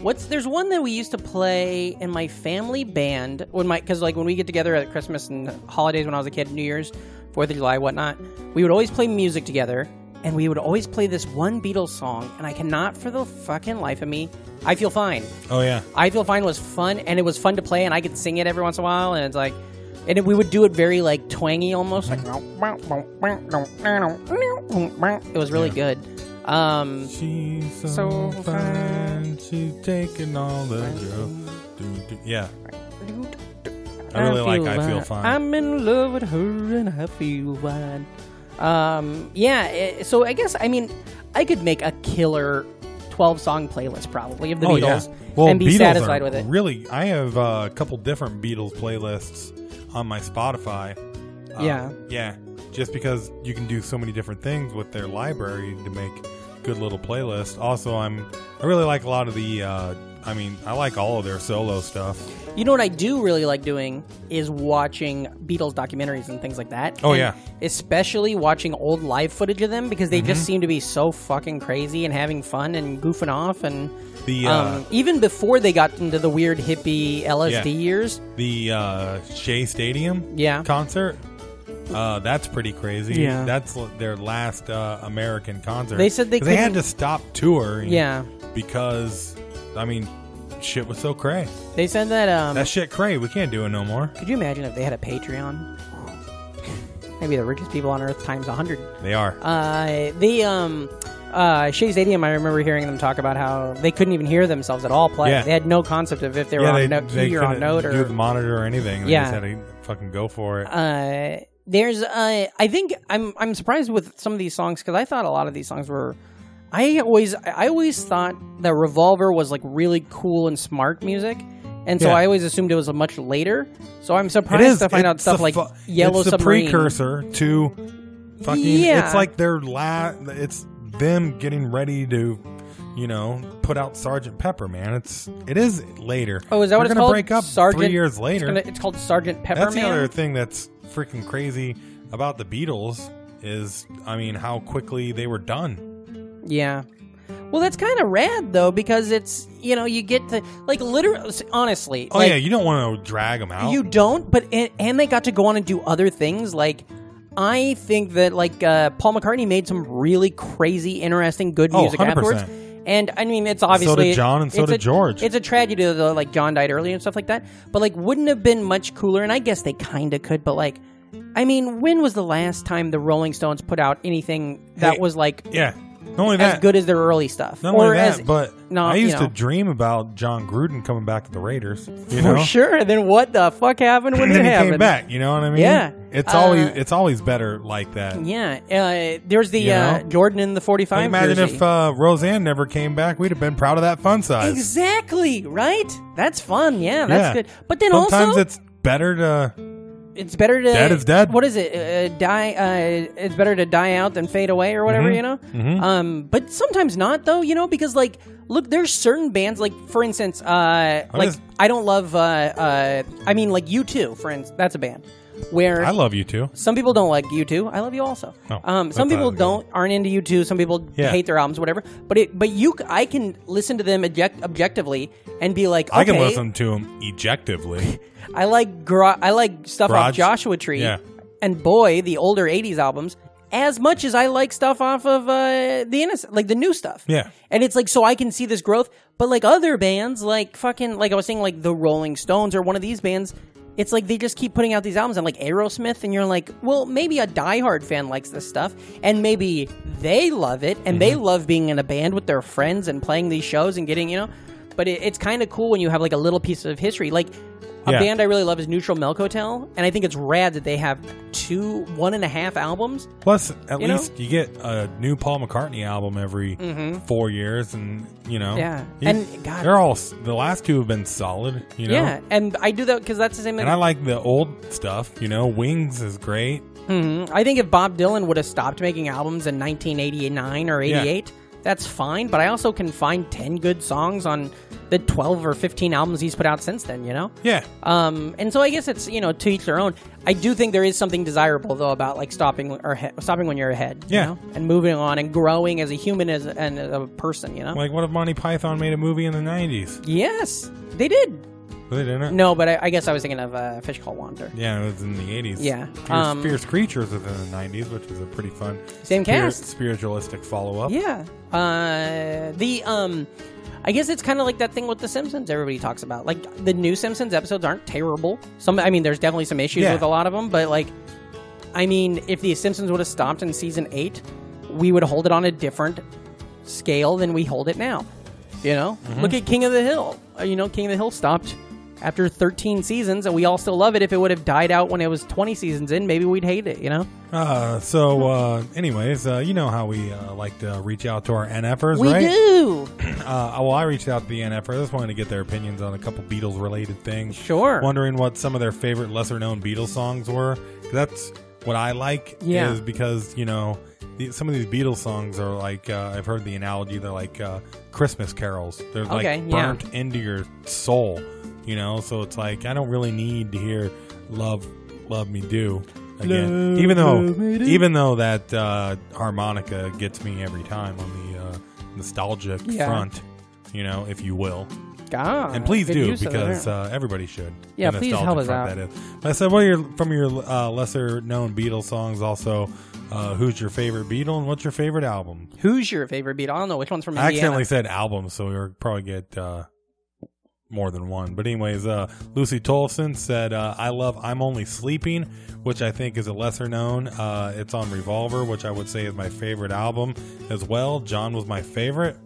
What's there's one that we used to play in my family band when my because like when we get together at Christmas and holidays when I was a kid, New Year's, Fourth of July, whatnot. We would always play music together, and we would always play this one Beatles song. And I cannot for the fucking life of me, I feel fine.
Oh yeah.
I Feel Fine was fun, and it was fun to play, and I could sing it every once in a while, and it's like, and we would do it very like twangy almost, like it was really good. Um,
She's so,
So
fine.
fine.
She's taking all the girls. Do, do- Yeah. I really like I Feel Fine.
I'm in love with her, and I feel fine. Um, yeah, eh, so I guess I mean I could make a killer twelve song playlist probably of the Beatles
Oh, Well,
and be
Beatles
satisfied
are
with it.
Really, I have uh, a couple different Beatles playlists on my Spotify. Uh,
Yeah.
Yeah. Just because you can do so many different things with their library to make good little playlists. Also, I'm I really like a lot of the. Uh, I mean, I like all of their solo stuff.
You know what I do really like doing is watching Beatles documentaries and things like that.
Oh,
And
yeah.
especially watching old live footage of them because they just
Mm-hmm.
seem to be so fucking crazy and having fun and goofing off and
The uh,
um, even before they got into the weird hippie LSD
Yeah.
years.
the uh, Shea Stadium
Yeah.
concert. Uh, that's pretty crazy.
Yeah.
that's l- their last uh, American concert.
They said they
'Cause they had
couldn't-
to stop touring.
Yeah.
because I mean, shit was so cray.
They said that. Um,
That shit cray. We can't do it no more.
could you imagine if they had a Patreon? Maybe the richest people on earth times a hundred.
They are.
Uh, the um, uh, Shea Stadium. I remember hearing them talk about how they couldn't even hear themselves at all play.
Yeah.
They had no concept of if they were on note key or on
couldn't
note
do the
or.
monitor or anything. They
Yeah.
just had to fucking go for it.
Uh, there's uh, I think I'm I'm surprised with some of these songs because I thought a lot of these songs were. I always I always thought that Revolver was like really cool and smart music. And so
Yeah.
I always assumed it was much later. So I'm surprised
it is
to find out
it's
stuff
the
like
fu-
Yellow
it's the
Submarine.
precursor to fucking.
Yeah.
It's like their la. It's them getting ready to. You know, put out Sergeant Pepper, man. It's it is later.
Oh, is that
They're
what it's
gonna
called?
break up
Sergeant,
three years
It's,
later.
gonna- it's called Sergeant Pepperman.
That's the other thing that's freaking crazy about the Beatles is, I mean, how quickly they were done.
Yeah. Well, that's kind of rad though because it's you know you get to like literally honestly.
Oh
like,
yeah, you don't want to drag them out.
you don't, but and, and they got to go on and do other things. Like I think that like uh, Paul McCartney made some really crazy, interesting, good
Oh,
music
100%.
afterwards. And I mean, it's obviously
John and so
it's
did
a-
George.
It's a tragedy though, like John died early and stuff like that. But like, wouldn't have been much cooler. And I guess they kind of could, but like. I mean, when was the last time the Rolling Stones put out anything that
Hey,
was like
yeah, Not only
as
that,
good as their early stuff.
not
or
only
as,
that, but
no,
I
you
used
know.
to dream about John Gruden coming back to the Raiders. You
for
know?
sure. Then what the fuck happened when
And
it
then he
happened?
came back. You know what I mean?
Yeah.
It's always
Uh,
it's always better like that.
Yeah, uh, there's the
You
uh,
know?
Jordan in the 45.
Like, imagine
jersey.
if uh, Roseanne never came back, we'd have been proud of that fun size.
exactly right. That's fun. Yeah, that's
Yeah.
good. But then
Sometimes
also, it's,
it's better to
better to
Dead is dead.
What is it? Uh, die. Uh, it's better to die out than fade away or
Mm-hmm.
whatever. You know. Um, but sometimes not though. You know because like look, there's certain bands like for instance, uh, like
just-
I don't love. Uh, uh, I mean like you too. For instance, that's a band where
I love you too.
some people don't like you too. I love you also.
Oh,
um,
that's
some people
not good.
don't aren't into you too. Some people
Yeah.
hate their albums, whatever. But it, but you, c- I can listen to them object, objectively and be like, okay,
I can listen to him ejectively.
I like gra- I like stuff off
Garage-
Joshua Tree,
yeah.
and boy, the older '80s albums as much as I like stuff off of uh, the innocent, like the new stuff.
Yeah.
and it's like so I can see this growth. But like other bands, like fucking, like I was saying, like the Rolling Stones or one of these bands. It's like they just keep putting out these albums. I'm like Aerosmith, and you're like, well, maybe a diehard fan likes this stuff, and maybe they love it, and
Mm-hmm.
they love being in a band with their friends and playing these shows and getting, you know. But it, it's kind of cool when you have like a little piece of history. Like a
Yeah.
band I really love is Neutral Milk Hotel, and I think it's rad that they have two, one and a half albums.
Plus, at
You know?
least you get a new Paul McCartney album every four years, and you know,
Mm-hmm. Yeah.
he's-
And, God-
they're all s- the last two have been solid. You know,
Yeah, and I do that because that's the same.
And I like the old stuff. You know, Wings is great.
Mhm. I think if Bob Dylan would have stopped making albums in 1989 or
Yeah.
88, that's fine. But I also can find 10 good songs on the 12 or 15 albums he's put out since then. You know.
Yeah,
Um, and so I guess it's you know to each their own. I do think there is something desirable though about like stopping or he- stopping when you're ahead, you
Yeah.
know, and moving on and growing as a human as and as a person, you know.
like what if Monty Python made a movie in the nineties?
yes, they did.
They didn't.
No, but I, I guess I was thinking of uh, Fish Called Wander.
Yeah, it was in the eighties.
Yeah.
Fierce,
Um,
Fierce Creatures was in the nineties, which was a pretty fun
Same
spirit-
cast.
spiritualistic follow up.
Yeah. Uh, the um, I guess it's kind of like that thing with the Simpsons. Everybody talks about like the new Simpsons episodes aren't terrible. Some, I mean, there's definitely some issues
Yeah.
with a lot of them, but like, I mean, if the Simpsons would have stopped in season eight, we would hold it on a different scale than we hold it now. You know,
Mm-hmm.
look at King of the Hill. Uh, You know, King of the Hill stopped after 13 seasons, and we all still love it. If it would have died out when it was 20 seasons in, maybe we'd hate it. You know,
Uh, so, uh, anyways, uh, you know how we uh, like to reach out to our NFers,
we
right?
do.
Uh, well, I reached out to the NFR. I just wanted to get their opinions on a couple Beatles related things.
Sure.
Wondering what some of their favorite lesser known Beatles songs were. 'Cause That's what I like.
Yeah.
Is because, you know, the, some of these Beatles songs are like, uh, I've heard the analogy, they're like uh, Christmas carols. They're
Okay,
like
yeah.
burnt into your soul, you know? So it's like, I don't really need to hear Love, Love Me Do. Again.
Love,
even though,
love me do.
even though that uh, harmonica gets me every time on the uh, nostalgic
Yeah.
front, you know, if you will.
God,
And please
good
do
use of it,
because
yeah.
uh, everybody should.
Yeah,
The
please
nostalgic
help us
front,
out.
That is. But I said, what are your from your uh, lesser known Beatles songs? Also, uh, who's your favorite Beatle and what's your favorite album?
Who's your favorite Beatle? I don't know which one's from
I
Indiana.
accidentally said album, so we'll probably get uh, more than one. But anyways, uh, Lucy Tolson said, uh, "I love I'm Only Sleeping," which I think is a lesser known. Uh, it's on Revolver, which I would say is my favorite album as well. John was my favorite.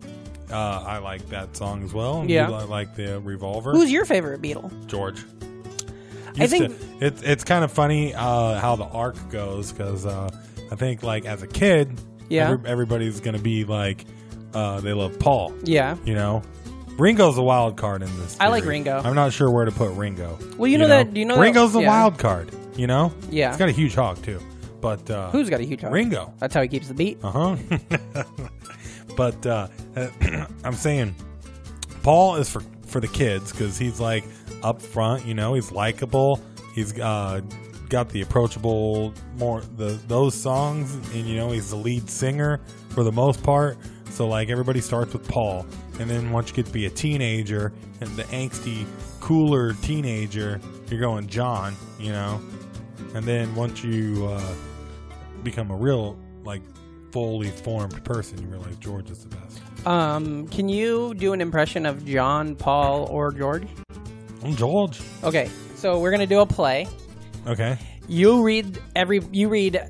Uh, I like that song as well.
Yeah.
I like the Revolver.
Who's your favorite Beatle?
George.
I think-
to, it, it's kind of funny uh, how the arc goes because uh, I think like as a kid,
Yeah.
everybody's gonna be like uh, they love Paul,
Yeah.
you know. Ringo's a wild card in this.
I like
theory.
Ringo.
I'm not sure where to put Ringo.
Well, you know that- you know that-
Ringo's the
yeah.
wild card. You know,
Yeah.
he's got a huge hog too. But uh,
Who's got a huge heart?
Ringo?
That's how he keeps the beat.
Uh huh. but uh, I'm saying Paul is for for the kids because he's like up front. You know, he's likable. He's uh, got the approachable more the those songs, and you know he's the lead singer for the most part. So like everybody starts with Paul, and then once you get to be a teenager and the angsty, cooler teenager, you're going John. You know, and then once you uh, become a real like fully formed person, you realize George is the best.
Um, can you do an impression of John, Paul, or George?
I'm George.
Okay, so we're gonna do a play.
Okay.
You read every. You read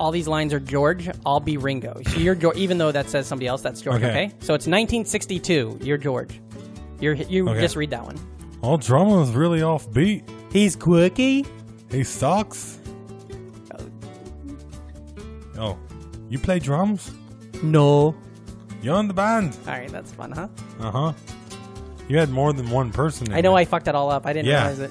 all these lines are George. I'll be Ringo. So you're George, even though that says somebody else. That's George.
Okay.
Okay. So it's 1962. You're George. You're you
Okay.
just read that one.
Old drummer's really off beat.
He's quirky.
He sucks. Oh, you play drums?
No.
You're in the band.
All right, that's fun, huh?
Uh huh. You had more than one person. In
I know
there.
I fucked that all up. I didn't
Yeah.
realize it.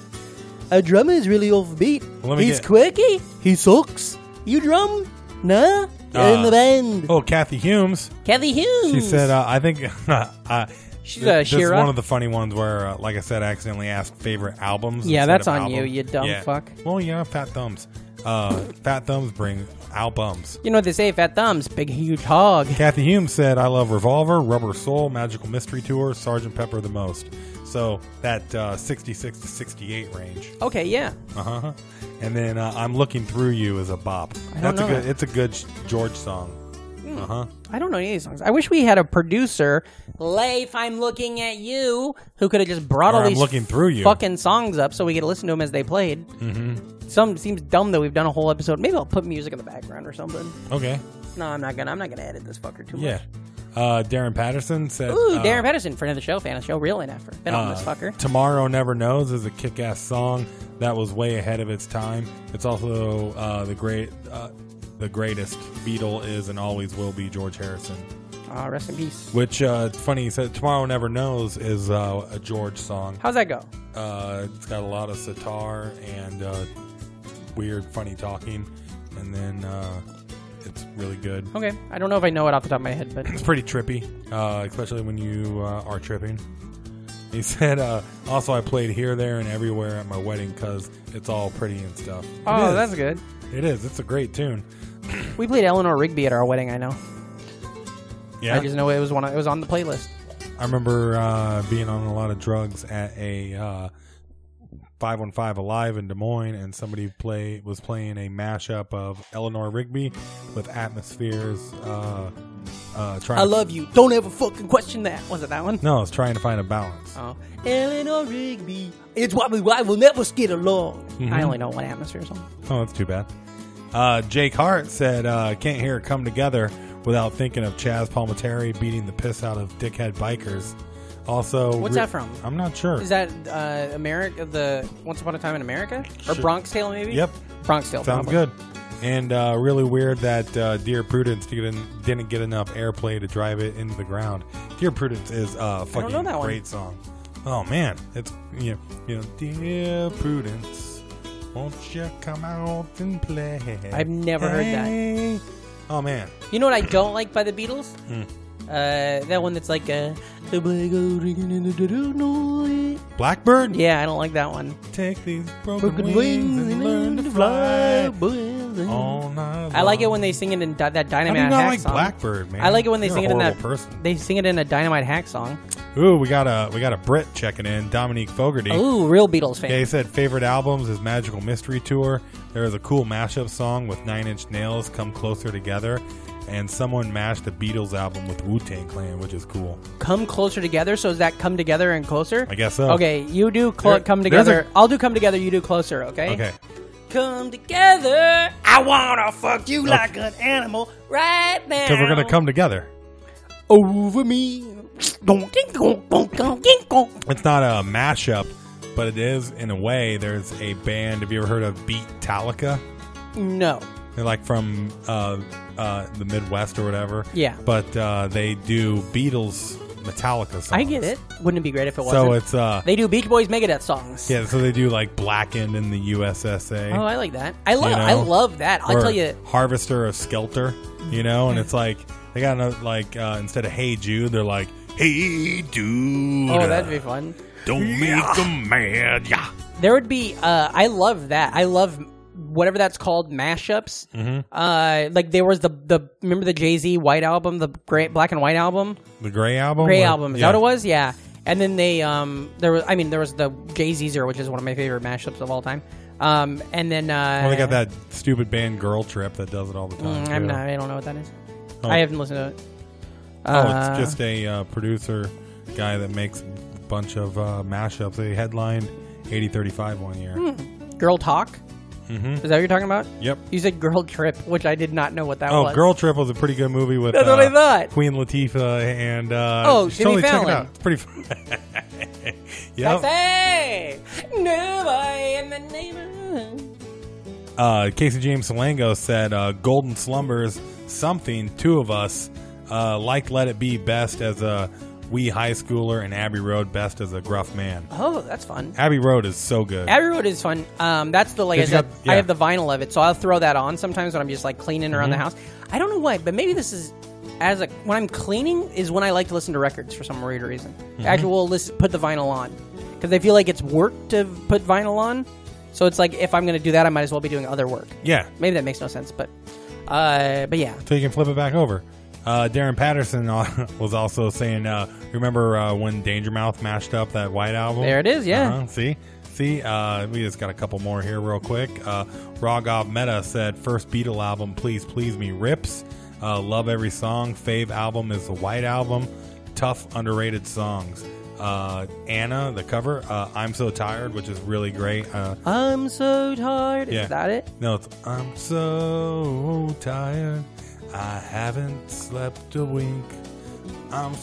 A drummer is really offbeat.
Well, let me
He's
get-
quirky. He sucks. You drum? Nah. You're in
Uh,
the band.
Oh, Kathy Humes.
Kathy Hughes.
She said, uh, "I think uh,
She's
th-
a
this is
Shira.
one of the funny ones where, uh, like I said, I accidentally asked favorite albums.
Yeah,
instead
that's
of
on you,
album.
you dumb
Yeah.
fuck.
Well, yeah, fat thumbs. Uh, fat thumbs bring albums.
You know what they say? Fat thumbs, big huge hog.
Kathy Hume said, "I love Revolver, Rubber Soul, Magical Mystery Tour, Sergeant Pepper the most." So that uh, 66 to 68 range.
Okay, yeah.
Uh-huh. And then uh, I'm looking through you as a bop.
don't
That's a
know
good.
that.
It's a good sh- George song. Uh huh.
I don't know any of these songs. I wish we had a producer, Leif, I'm looking at you, who could have just brought
Or
all
I'm
these
looking through you.
fucking songs up so we could listen to them as they played. Mm-hmm. Some seems dumb that we've done a whole episode. Maybe I'll put music in the background or something.
Okay.
No, I'm not gonna. I'm not gonna edit this fucker too
Yeah.
much.
Uh, Darren Patterson said.
Ooh,
uh,
Darren Patterson, friend of the show, fan of the show, real and after. Been on
Uh,
this fucker.
Tomorrow Never Knows is a kick ass song that was way ahead of its time. It's also uh, the great, uh, the greatest Beatle is and always will be George Harrison.
Aw, rest in peace.
Which uh, it's funny he said Tomorrow Never Knows is uh, a George song.
How's that go?
Uh, it's got a lot of sitar and uh, weird, funny talking, and then uh, it's really good.
Okay, I don't know if I know it off the top of my head, but
It's pretty trippy, uh, especially when you uh, are tripping. He said, uh, also, I played here, there, and everywhere at my wedding because it's all pretty and stuff. It
oh,
is.
that's good.
It is. It's a great tune.
We played Eleanor Rigby at our wedding. I know.
Yeah. I,
I just know it was one. Of, it was on the playlist.
remember uh, being on a lot of drugs at a uh, 515 Alive in Des Moines, and somebody play was playing a mashup of Eleanor Rigby with Atmospheres. Uh, uh, trying
I love you. Don't ever fucking question that. Was it that one?
No, it's trying to find a balance.
Oh,
Eleanor Rigby. It's why we why we'll never get along.
Mm-hmm.
I only know one atmosphere song.
Oh, that's too bad. Uh, Jake Hart said, uh, "Can't hear it come together without thinking of Chaz Palminteri beating the piss out of dickhead bikers." Also,
What's that from?
I'm not sure.
Is that uh, America? The Once Upon a Time in America or
Sure.
Bronx Tale? Maybe.
Yep.
Bronx Tale.
Sounds
probably.
good. And uh, really weird that uh, Dear Prudence didn't, didn't get enough airplay to drive it into the ground. Dear Prudence is a fucking
know that one.
great song. Oh man, it's you know, you know, Dear Prudence, won't you come out and play?
I've never heard that.
that. Oh man,
You know what I don't like by the Beatles?
Mm.
Uh, that one that's like, uh,
The bell goes ringing in the dead of night.
Blackbird.
yeah, I don't like that one.
Take these broken,
Broken
wings,
wings
and learn to fly. All night
I like it
long.
when they sing it in di- that
How do
Dynamite
you not
Hack
like
song.
Blackbird, man?
I like it when they
You're
sing
a
it in that.
horrible person.
They sing it in a Dynamite Hack song.
Ooh, we got a we got a Brit checking in, Dominique Fogarty.
Ooh, real Beatles fan.
Yeah, he said favorite albums is Magical Mystery Tour. There is a cool mashup song with Nine Inch Nails, Come Closer Together, and someone mashed the Beatles album with Wu Tang Clan, which is cool.
Come closer together. So is that come together and closer?
I guess so.
Okay, you do cl-
Oh. There-
come
there's
together.
a-
i I'll do come together. You do closer. Okay.
Okay.
Come together. I wanna fuck you like an animal right now.
Because we're gonna come together.
Over me.
Gonk, ding, gonk, gonk, gonk, ding, gonk.
It's not a mashup, but it is in a way. There's a band. Have you ever heard of Beat Talica?
No.
They're like from uh, uh, the Midwest or whatever.
Yeah.
But uh, they do Beatles Metallica songs.
I get it. Wouldn't it be great if it wasn't?
Oh. So it's uh
they do Beach Boys Megadeth songs.
yeah, so they do like Blackened in the USSA.
Oh, I like that. I love.
You
I
know?
love that. I'll
or
tell you.
Harvester of Skelter, you know, and it's like they got another, like uh, instead of Hey Jude, they're like Hey Dude.
Oh, that'd be fun.
Don't make them mad, yeah.
There would be. Uh, I love that. I love whatever that's called mashups.
Mm-hmm.
Uh, like there was the the remember the Jay Z White album, the Great Black and White album,
The Gray album.
Gray
Or-
album. Is
yeah.
that what it was? Yeah. And then they um there was I mean there was the Jay Zer, which is one of my favorite mashups of all time. Um, and then uh, mm,
Well, they got that stupid band Girl Trip that does it all the time.
I'm
too.
not. I don't know what that is.
Oh.
I haven't listened to it.
Oh, it's just a uh, producer guy that makes a bunch of uh, mashups. They headlined 8035 one year.
Girl Talk.
Mm-hmm.
Is Hmm. that what you're talking about?
Yep.
You said Girl Trip, which I did not know what that
Oh,
was.
Girl Trip was a pretty good movie with
That's
uh,
what I thought.
Queen Latifah and uh,
Oh,
you should
Jimmy
totally check it
Fallon.
out. It's pretty. Fun. yep.
Hey, new boy in the neighborhood.
Uh, Casey James Salango said, uh, "Golden Slumbers, something two of us uh, liked. Let It Be best as a wee high schooler, and Abbey Road best as a gruff man.
Oh, that's fun.
Abbey Road is so good.
Abbey Road is fun. Um, that's the like I
It's
said.
got- yeah.
I have the vinyl of it, so I'll throw that on sometimes when I'm just like cleaning around
Mm-hmm.
the house. I don't know why, but maybe this is as a when I'm cleaning is when I like to listen to records for some weird reason.
Mm-hmm.
Actually, we'll listen, put the vinyl on because I feel like it's work to put vinyl on. So it's like if I'm going to do that, I might as well be doing other work.
yeah,
Maybe that makes no sense, but uh, but yeah.
so you can flip it back over." Uh, Darren Patterson uh, was also saying, uh, "Remember uh, when Danger Mouth mashed up that White album?
There it is, yeah.
Uh-huh, see, see, uh, we just got a couple more here, real quick. Uh, Raghav Mehta said, first Beatle album, please, please me rips. Uh, love every song. Fave album is the White Album. Tough, underrated songs. Uh, Anna, the cover. Uh, I'm so tired, which is really great. Uh,
I'm so tired.
Yeah.
Is that it?
no, it's I'm so tired. I haven't slept a wink. I'm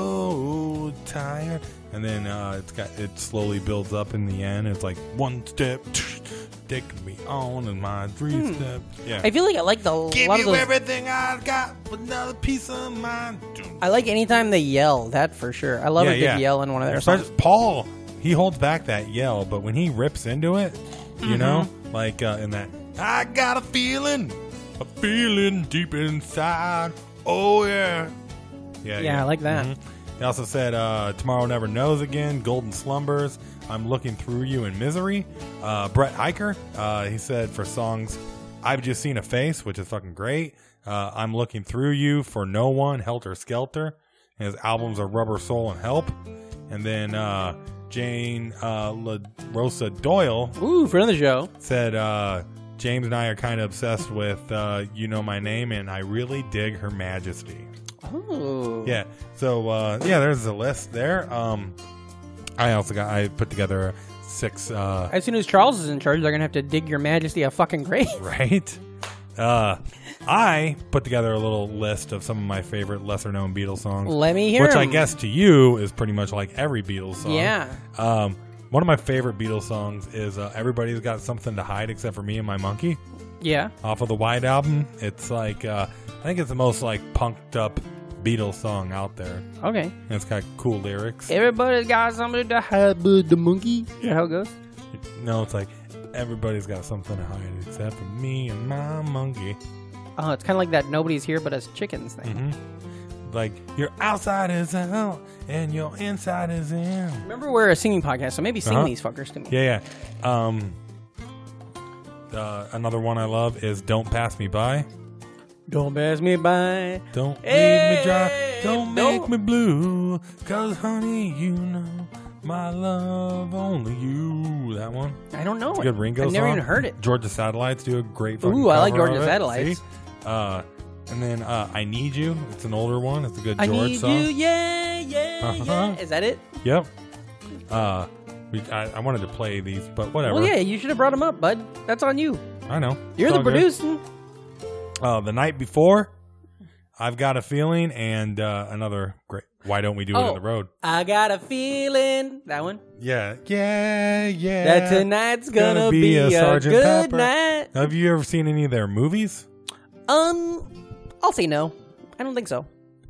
so tired. And then uh, it's got it slowly builds up in the end. It's like one step, take me on in my three step. Yeah.
I feel like I like the
Give
Hmm. lot
you
of those.
everything I've got, but another piece of mind.
I like anytime they yell. That for sure. I love a good yell in one of their
Especially-
songs.
Paul, he holds back that yell, but when he rips into it,
Mm-hmm.
you know, like uh, in that, I got a feeling, a feeling deep inside. Oh yeah, yeah,
Yeah, I like that.
Mhm. He also said, uh, "Tomorrow never knows again." Golden slumbers. I'm looking through you in misery. Uh, Brett Hiker. Uh, he said for songs, "I've just seen a face," which is fucking great. Uh, I'm looking through you for no one. Helter Skelter. His albums are Rubber Soul and Help. And then uh, Jane uh, La Rosa Doyle
Ooh, for another show.
said uh, James and I are kind of obsessed with uh, "You Know My Name," and I really dig Her Majesty.
Oh.
Yeah. So uh, yeah, there's the list there. Um, I also got I put together six. Uh,
As soon as Charles is in charge, they're gonna have to dig your Majesty a fucking grave.
right. Uh, I put together a little list of some of my favorite lesser-known Beatles songs.
Let me hear
Which I
'em.
guess to you is pretty much like every Beatles song.
Yeah.
Um, one of my favorite Beatles songs is uh, "Everybody's Got Something to Hide Except for Me and My Monkey."
Yeah.
off of the White album. It's like uh, I think it's the most like punked up Beatles song out there.
Okay.
And it's got cool lyrics.
Everybody's got somebody to hide.
Habba the monkey.
You know how it goes?
no, it's like everybody's got something to hide except for me and my monkey.
Oh, it's kind of like that nobody's here but us chickens thing.
Mm-hmm. Like your outside is out and your inside is in.
Remember, we're a singing podcast, so maybe sing
Uh-huh.
these fuckers to me.
Yeah, yeah. Um, uh, another one I love is "Don't Pass Me By."
Don't pass me by.
Don't leave
Hey,
me dry. Don't make
don't-
me blue. Cause, honey, you know my love, only you. That one.
I don't know.
It's a
it.
good Ringo
I've never
song.
even heard it.
Georgia Satellites do a great fucking
Ooh, I like
cover of
Georgia
it.
Satellites.
See? Uh, and then uh, I Need You. It's an older one. It's a good
I
George
need
song.
you, yeah, yeah,
Uh-huh.
yeah. Is that it?
Yep. Uh, we, I, I wanted to play these, but whatever.
Well, yeah, you should have brought them up, bud. That's on you.
I know.
You're
It's
the
all good.
producer.
Uh, the night before, I've got a feeling, and uh, another great. Why don't we do it
Oh.
on the road?
I got a feeling. That one.
Yeah, yeah, yeah.
That tonight's gonna, be, a,
Sergeant
good
Pepper.
night.
Have you ever seen any of their movies?
Um, I'll say no. I don't think so.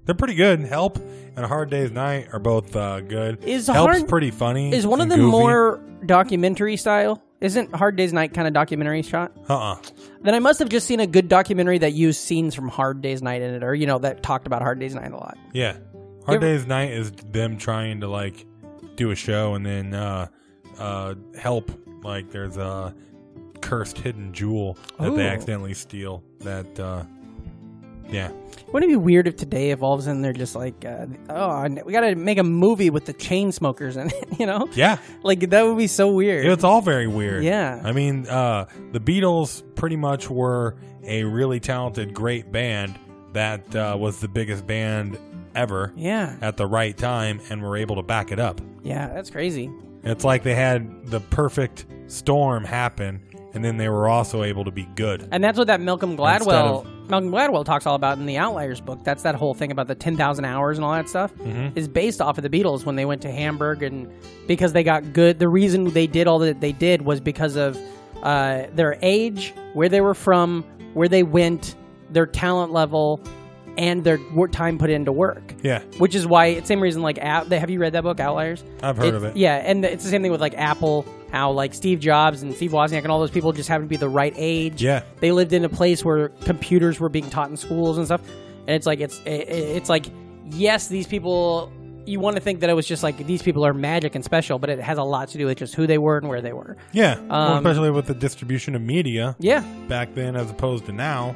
They're pretty good. Help and A Hard Day's Night are both uh, good.
Is
Help's
Hard-
pretty funny.
Is one of
and
them
goofy.
more documentary style? Isn't Hard Day's Night kind of documentary shot?
Uh-uh.
Then I must have just seen a good documentary that used scenes from Hard Day's Night in it, or you know that talked about Hard Day's Night a lot.
Yeah. Hard
You ever-
Day's Night is them trying to like do a show and then uh uh help like there's a cursed hidden jewel that
Ooh.
they accidentally steal that uh yeah.
Wouldn't it be weird if today evolves and they're just like, uh, oh, we got to make a movie with the chain smokers in it, you know?
Yeah.
Like that would be so weird.
It's all very weird.
Yeah.
I mean, uh, the Beatles pretty much were a really talented, great band that uh, was the biggest band ever
yeah,
at the right time and were able to back it up.
yeah, that's crazy.
It's like they had the perfect storm happen and and then they were also able to be good.
And that's what that Malcolm
Instead
Gladwell Malcolm Gladwell talks all about in the Outliers book. That's that whole thing about the ten thousand hours and all that stuff is based off of the Beatles when they went to Hamburg and because they got good. The reason they did all that they did was because of uh, their age, where they were from, where they went, their talent level, and their wor- time put into work.
Yeah.
Which is why it's same reason like out, have you read that book Outliers?
I've heard of it.
Yeah, and it's the same thing with like Apple, how like Steve Jobs and Steve Wozniak and all those people just happened to be the right age.
Yeah.
they lived in a place where computers were being taught in schools and stuff, and it's like it's it, it's like yes, these people. You want to think that it was just like these people are magic and special, but it has a lot to do with just who they were and where they were.
Yeah, well,
Um,
especially with the distribution of media.
Yeah.
back then as opposed to now,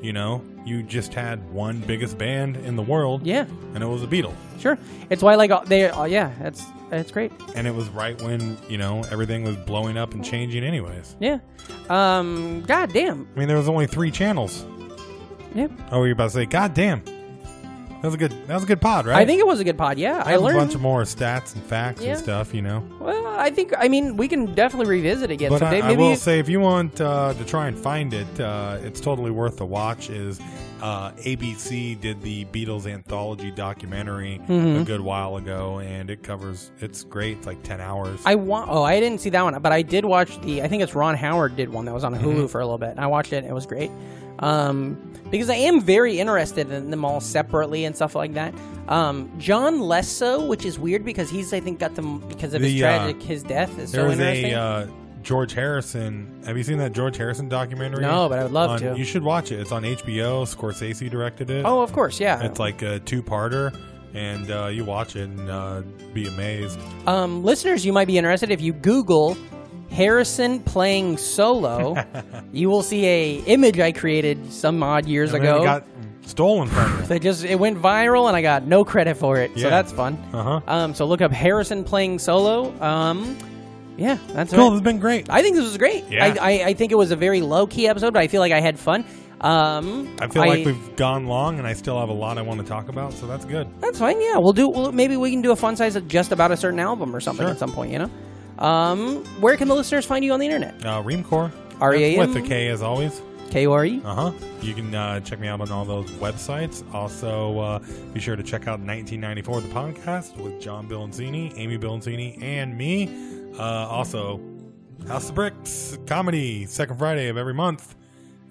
you know, you just had one biggest band in the world.
Yeah.
and it was the Beatles,
Sure, it's why like all- they oh, yeah, that's that's great.
and it was right when you know everything was blowing up and changing. Anyways,
Yeah, um, god damn,
I mean, there was only three channels.
yeah.
Oh, you're about to say, God damn, that was a good, that was a good pod, right?
I think it was a good pod. Yeah, I
Have
learned
a bunch of more stats and facts
Yeah.
and stuff, you know.
Well, I think I mean we can definitely revisit again
But
someday.
I, I
Maybe
will say, if you want uh, to try and find it, uh, it's totally worth the watch. Is uh, ABC did the Beatles anthology documentary
Mm-hmm.
a good while ago, and it covers. It's great. It's like ten hours.
I want. Oh, I didn't see that one, but I did watch the. I think it's Ron Howard did one that was on Hulu
Mm-hmm.
for a little bit, and I watched it. and It was great. Um, because I am very interested in them all separately and stuff like that. Um, John less so, which is weird because he's I think got them because of his
The, uh,
tragic his death is
there
so
was
interesting.
a uh, George Harrison. Have you seen that George Harrison documentary?
No, but I would love
On-
to.
You should watch it. It's on HBO. Scorsese directed it.
oh, of course, yeah.
it's like a two-parter, and uh, you watch it and uh, be amazed.
Um, listeners, you might be interested if you Google Harrison playing solo, you will see a image I created some odd years
And then
ago.
it got stolen from you.
They just it went viral and I got no credit for it, so
Yeah.
that's fun.
Uh-huh.
Um, so look up Harrison playing solo. Um, yeah, that's
Cool.
it.
It's been great.
I think this was great.
Yeah.
I, I, I think it was a very low key episode, but I feel like I had fun. Um,
I feel like we've gone long, and I still have a lot I want to talk about, so that's good.
That's fine. Yeah, we'll do. We'll, maybe we can do a fun size of just about a certain album or something
Sure.
at some point. You know. Um, where can the listeners find you on the internet?
Uh, Reamcore.
R.E.A.M..
That's With a K, as always.
K O R E.
Uh huh. You can uh, check me out on all those websites. Also, uh, be sure to check out 1994, the podcast with John Bilancini, Amy Bilancini, and me. Uh, also, House of Bricks comedy, second Friday of every month.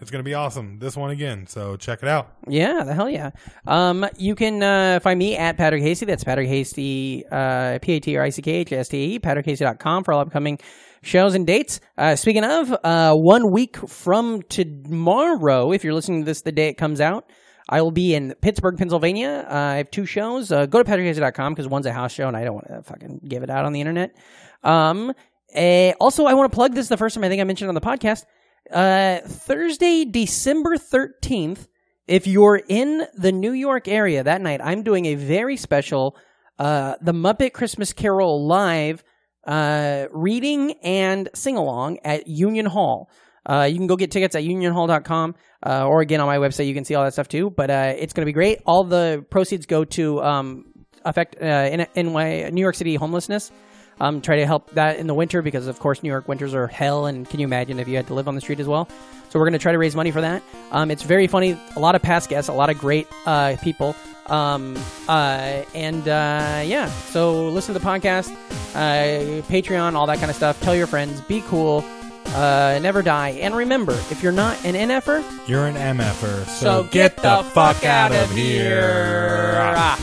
It's going to be awesome. This one again, so check it out.
Yeah, the hell yeah. Um, you can uh, find me at Patrick Hasty. That's Patrick Hasty, uh, P A T R I C K H S T E, patrickhasty.com for all upcoming shows and dates. Uh, speaking of, uh, one week from tomorrow, if you're listening to this the day it comes out, I will be in Pittsburgh, Pennsylvania. Uh, I have two shows. Uh, go to patrickhasty.com because one's a house show and I don't want to fucking give it out on the internet. Um, eh, also, I want to plug this the first time I think I mentioned on the podcast. Uh, Thursday, December 13th, if you're in the New York area that night, I'm doing a very special uh, The Muppet Christmas Carol live uh, reading and sing along at Union Hall. Uh, you can go get tickets at unionhall.com uh, or again on my website. You can see all that stuff too. But uh, it's going to be great. All the proceeds go to um, affect uh, N- NY, New York City homelessness um, try to help that in the winter because, of course, New York winters are hell. And can you imagine if you had to live on the street as well? So we're going to try to raise money for that. Um, it's very funny. A lot of past guests, a lot of great uh, people. Um, uh, and uh, yeah, so listen to the podcast, uh, Patreon, all that kind of stuff. Tell your friends. Be cool. Uh, never die. And remember, if you're not an er, NFer,
You're an MFer, so,
so get the fuck out of here. Ah.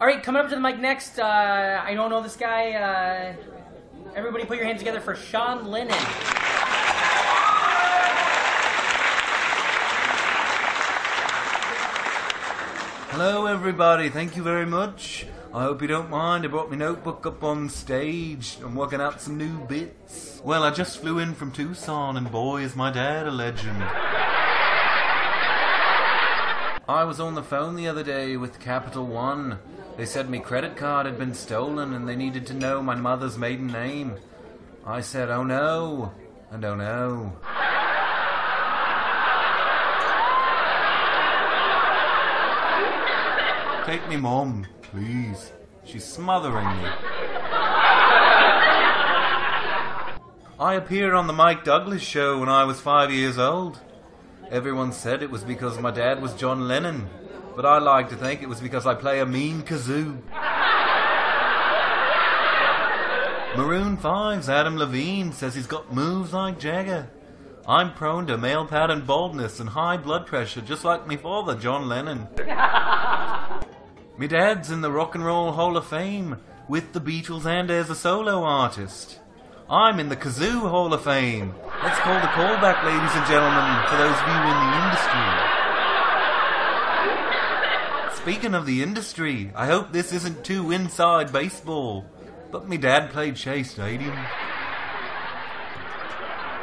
All right, coming up to the mic next. Uh, I don't know this guy. Uh, everybody, put your hands together for Sean Lennon.
Hello, everybody. Thank you very much. I hope you don't mind. I brought my notebook up on stage. I'm working out some new bits. Well, I just flew in from Tucson, and boy, is my dad a legend. I was on the phone the other day with Capital One. They said my credit card had been stolen and they needed to know my mother's maiden name. I said, oh no, and oh no. Take me, Mom, please. She's smothering me. I appeared on the Mike Douglas show when I was five years old. Everyone said it was because my dad was John Lennon, but I like to think it was because I play a mean kazoo. Maroon 5's Adam Levine says he's got moves like Jagger. I'm prone to male pattern baldness and high blood pressure, just like me father, John Lennon. me dad's in the Rock and Roll Hall of Fame with the Beatles and as a solo artist. I'm in the Kazoo Hall of Fame. Let's call the callback, ladies and gentlemen, for those of you in the industry. Speaking of the industry, I hope this isn't too inside baseball, but me dad played Shea Stadium.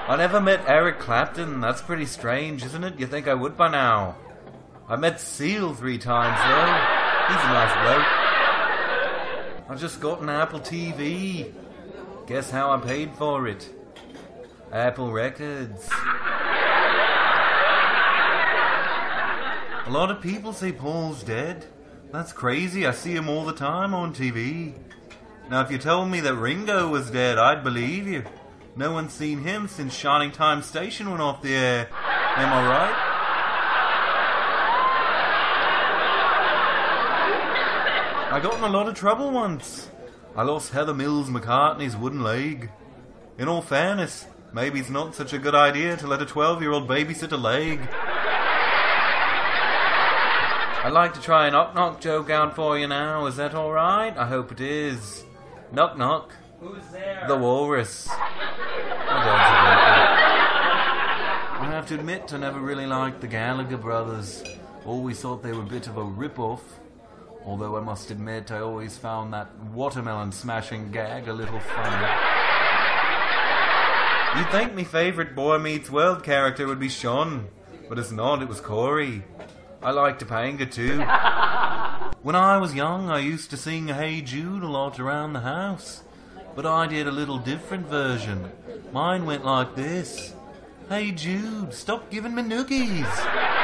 I never met Eric Clapton. That's pretty strange, isn't it? You think I would by now. I met Seal three times, though. He's a nice bloke. I just got an Apple TV. Guess how I paid for it? Apple Records. A lot of people say Paul's dead. That's crazy. I see him all the time on TV. Now, if you told me that Ringo was dead, I'd believe you. No one's seen him since Shining Time Station went off the air. Am I right? I got in a lot of trouble once. I lost Heather Mills McCartney's wooden leg. In all fairness, maybe it's not such a good idea to let a 12 year old babysit a leg. I'd like to try a knock knock joke out for you now. Is that alright? I hope it is. Knock knock. Who's there? The walrus. My dad's a great guy. I have to admit, I never really liked the Gallagher brothers. Always thought they were a bit of a rip off. Although I must admit, I always found that watermelon smashing gag a little funny. You'd think my favourite Boy Meets World character would be Sean, but it's not, it was Corey. I like Topanga too. when I was young, I used to sing Hey Jude a lot around the house, but I did a little different version. Mine went like this Hey Jude, stop giving me noogies.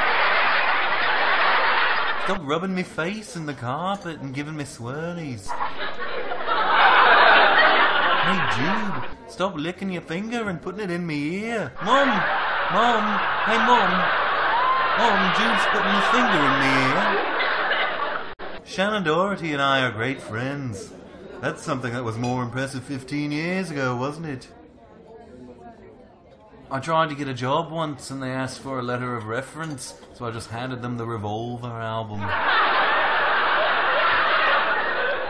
Stop rubbing me face in the carpet and giving me swirlies. Hey Jude, stop licking your finger and putting it in me ear. Mum! Mum! Hey Mum! Mum, Jude's putting his finger in me ear. Shannon Doherty and I are great friends. That's something that was more impressive 15 years ago, wasn't it? I tried to get a job once and they asked for a letter of reference, so I just handed them the Revolver album.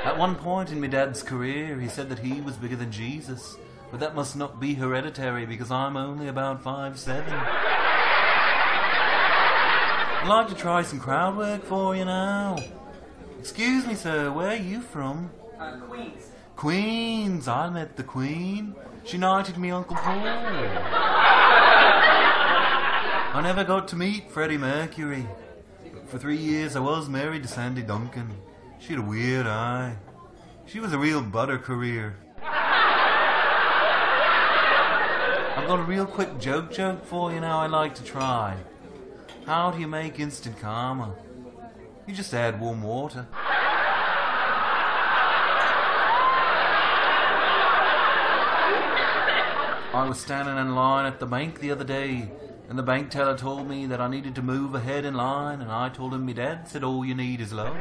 At one point in my dad's career, he said that he was bigger than Jesus, but that must not be hereditary because I'm only about five seven. I'd like to try some crowd work for you now. Excuse me, sir, where are you from? Queens. Queens. I met the Queen. She knighted me Uncle Paul. I never got to meet Freddie Mercury. But for three years, I was married to Sandy Duncan. She had a weird eye. She was a real butter career. I've got a real quick joke joke for you now I like to try. How do you make instant karma? You just add warm water. I was standing in line at the bank the other day, and the bank teller told me that I needed to move ahead in line, and I told him my dad said all you need is love.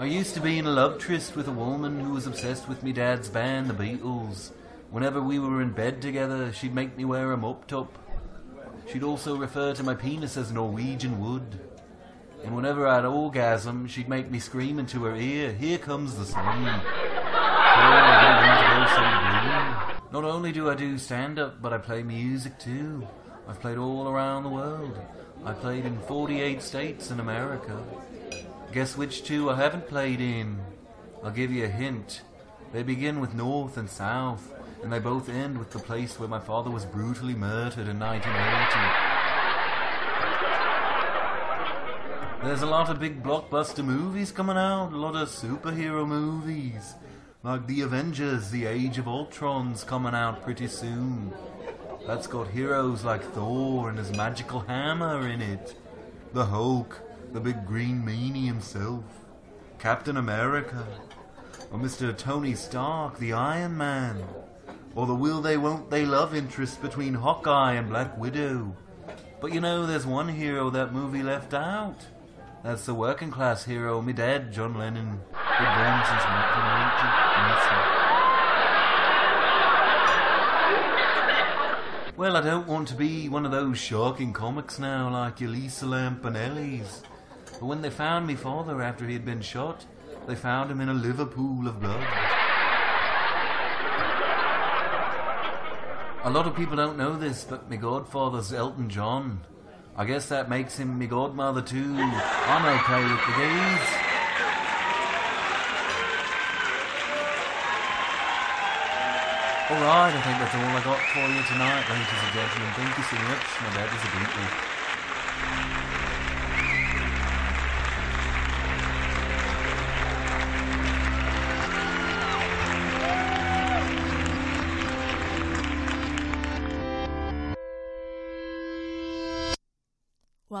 I used to be in a love tryst with a woman who was obsessed with me dad's band, the Beatles. Whenever we were in bed together, she'd make me wear a mop top. She'd also refer to my penis as Norwegian wood. And whenever I had orgasm, she'd make me scream into her ear, Here comes the sun. Not only do I do stand up, but I play music too. I've played all around the world. I played in 48 states in America. Guess which two I haven't played in? I'll give you a hint. They begin with North and South, and they both end with the place where my father was brutally murdered in 1980. There's a lot of big blockbuster movies coming out, a lot of superhero movies. Like The Avengers, The Age of Ultron's coming out pretty soon. That's got heroes like Thor and his magical hammer in it. The Hulk, the big green meanie himself. Captain America. or Mr. Tony Stark, the Iron Man, or the will they won't they love interest between Hawkeye and Black Widow. But you know, there's one hero that movie left out. That's the working class hero, me dad, John Lennon. Been born since 1980. Well, I don't want to be one of those shocking comics now, like Elisa Lampanelli's. But when they found me father after he had been shot, they found him in a Liverpool of blood. A lot of people don't know this, but my godfather's Elton John. I guess that makes him my godmother too. I'm okay with the gays. Alright, I think that's all I got for you tonight, ladies and gentlemen. Thank you so much. My dad is a beatle.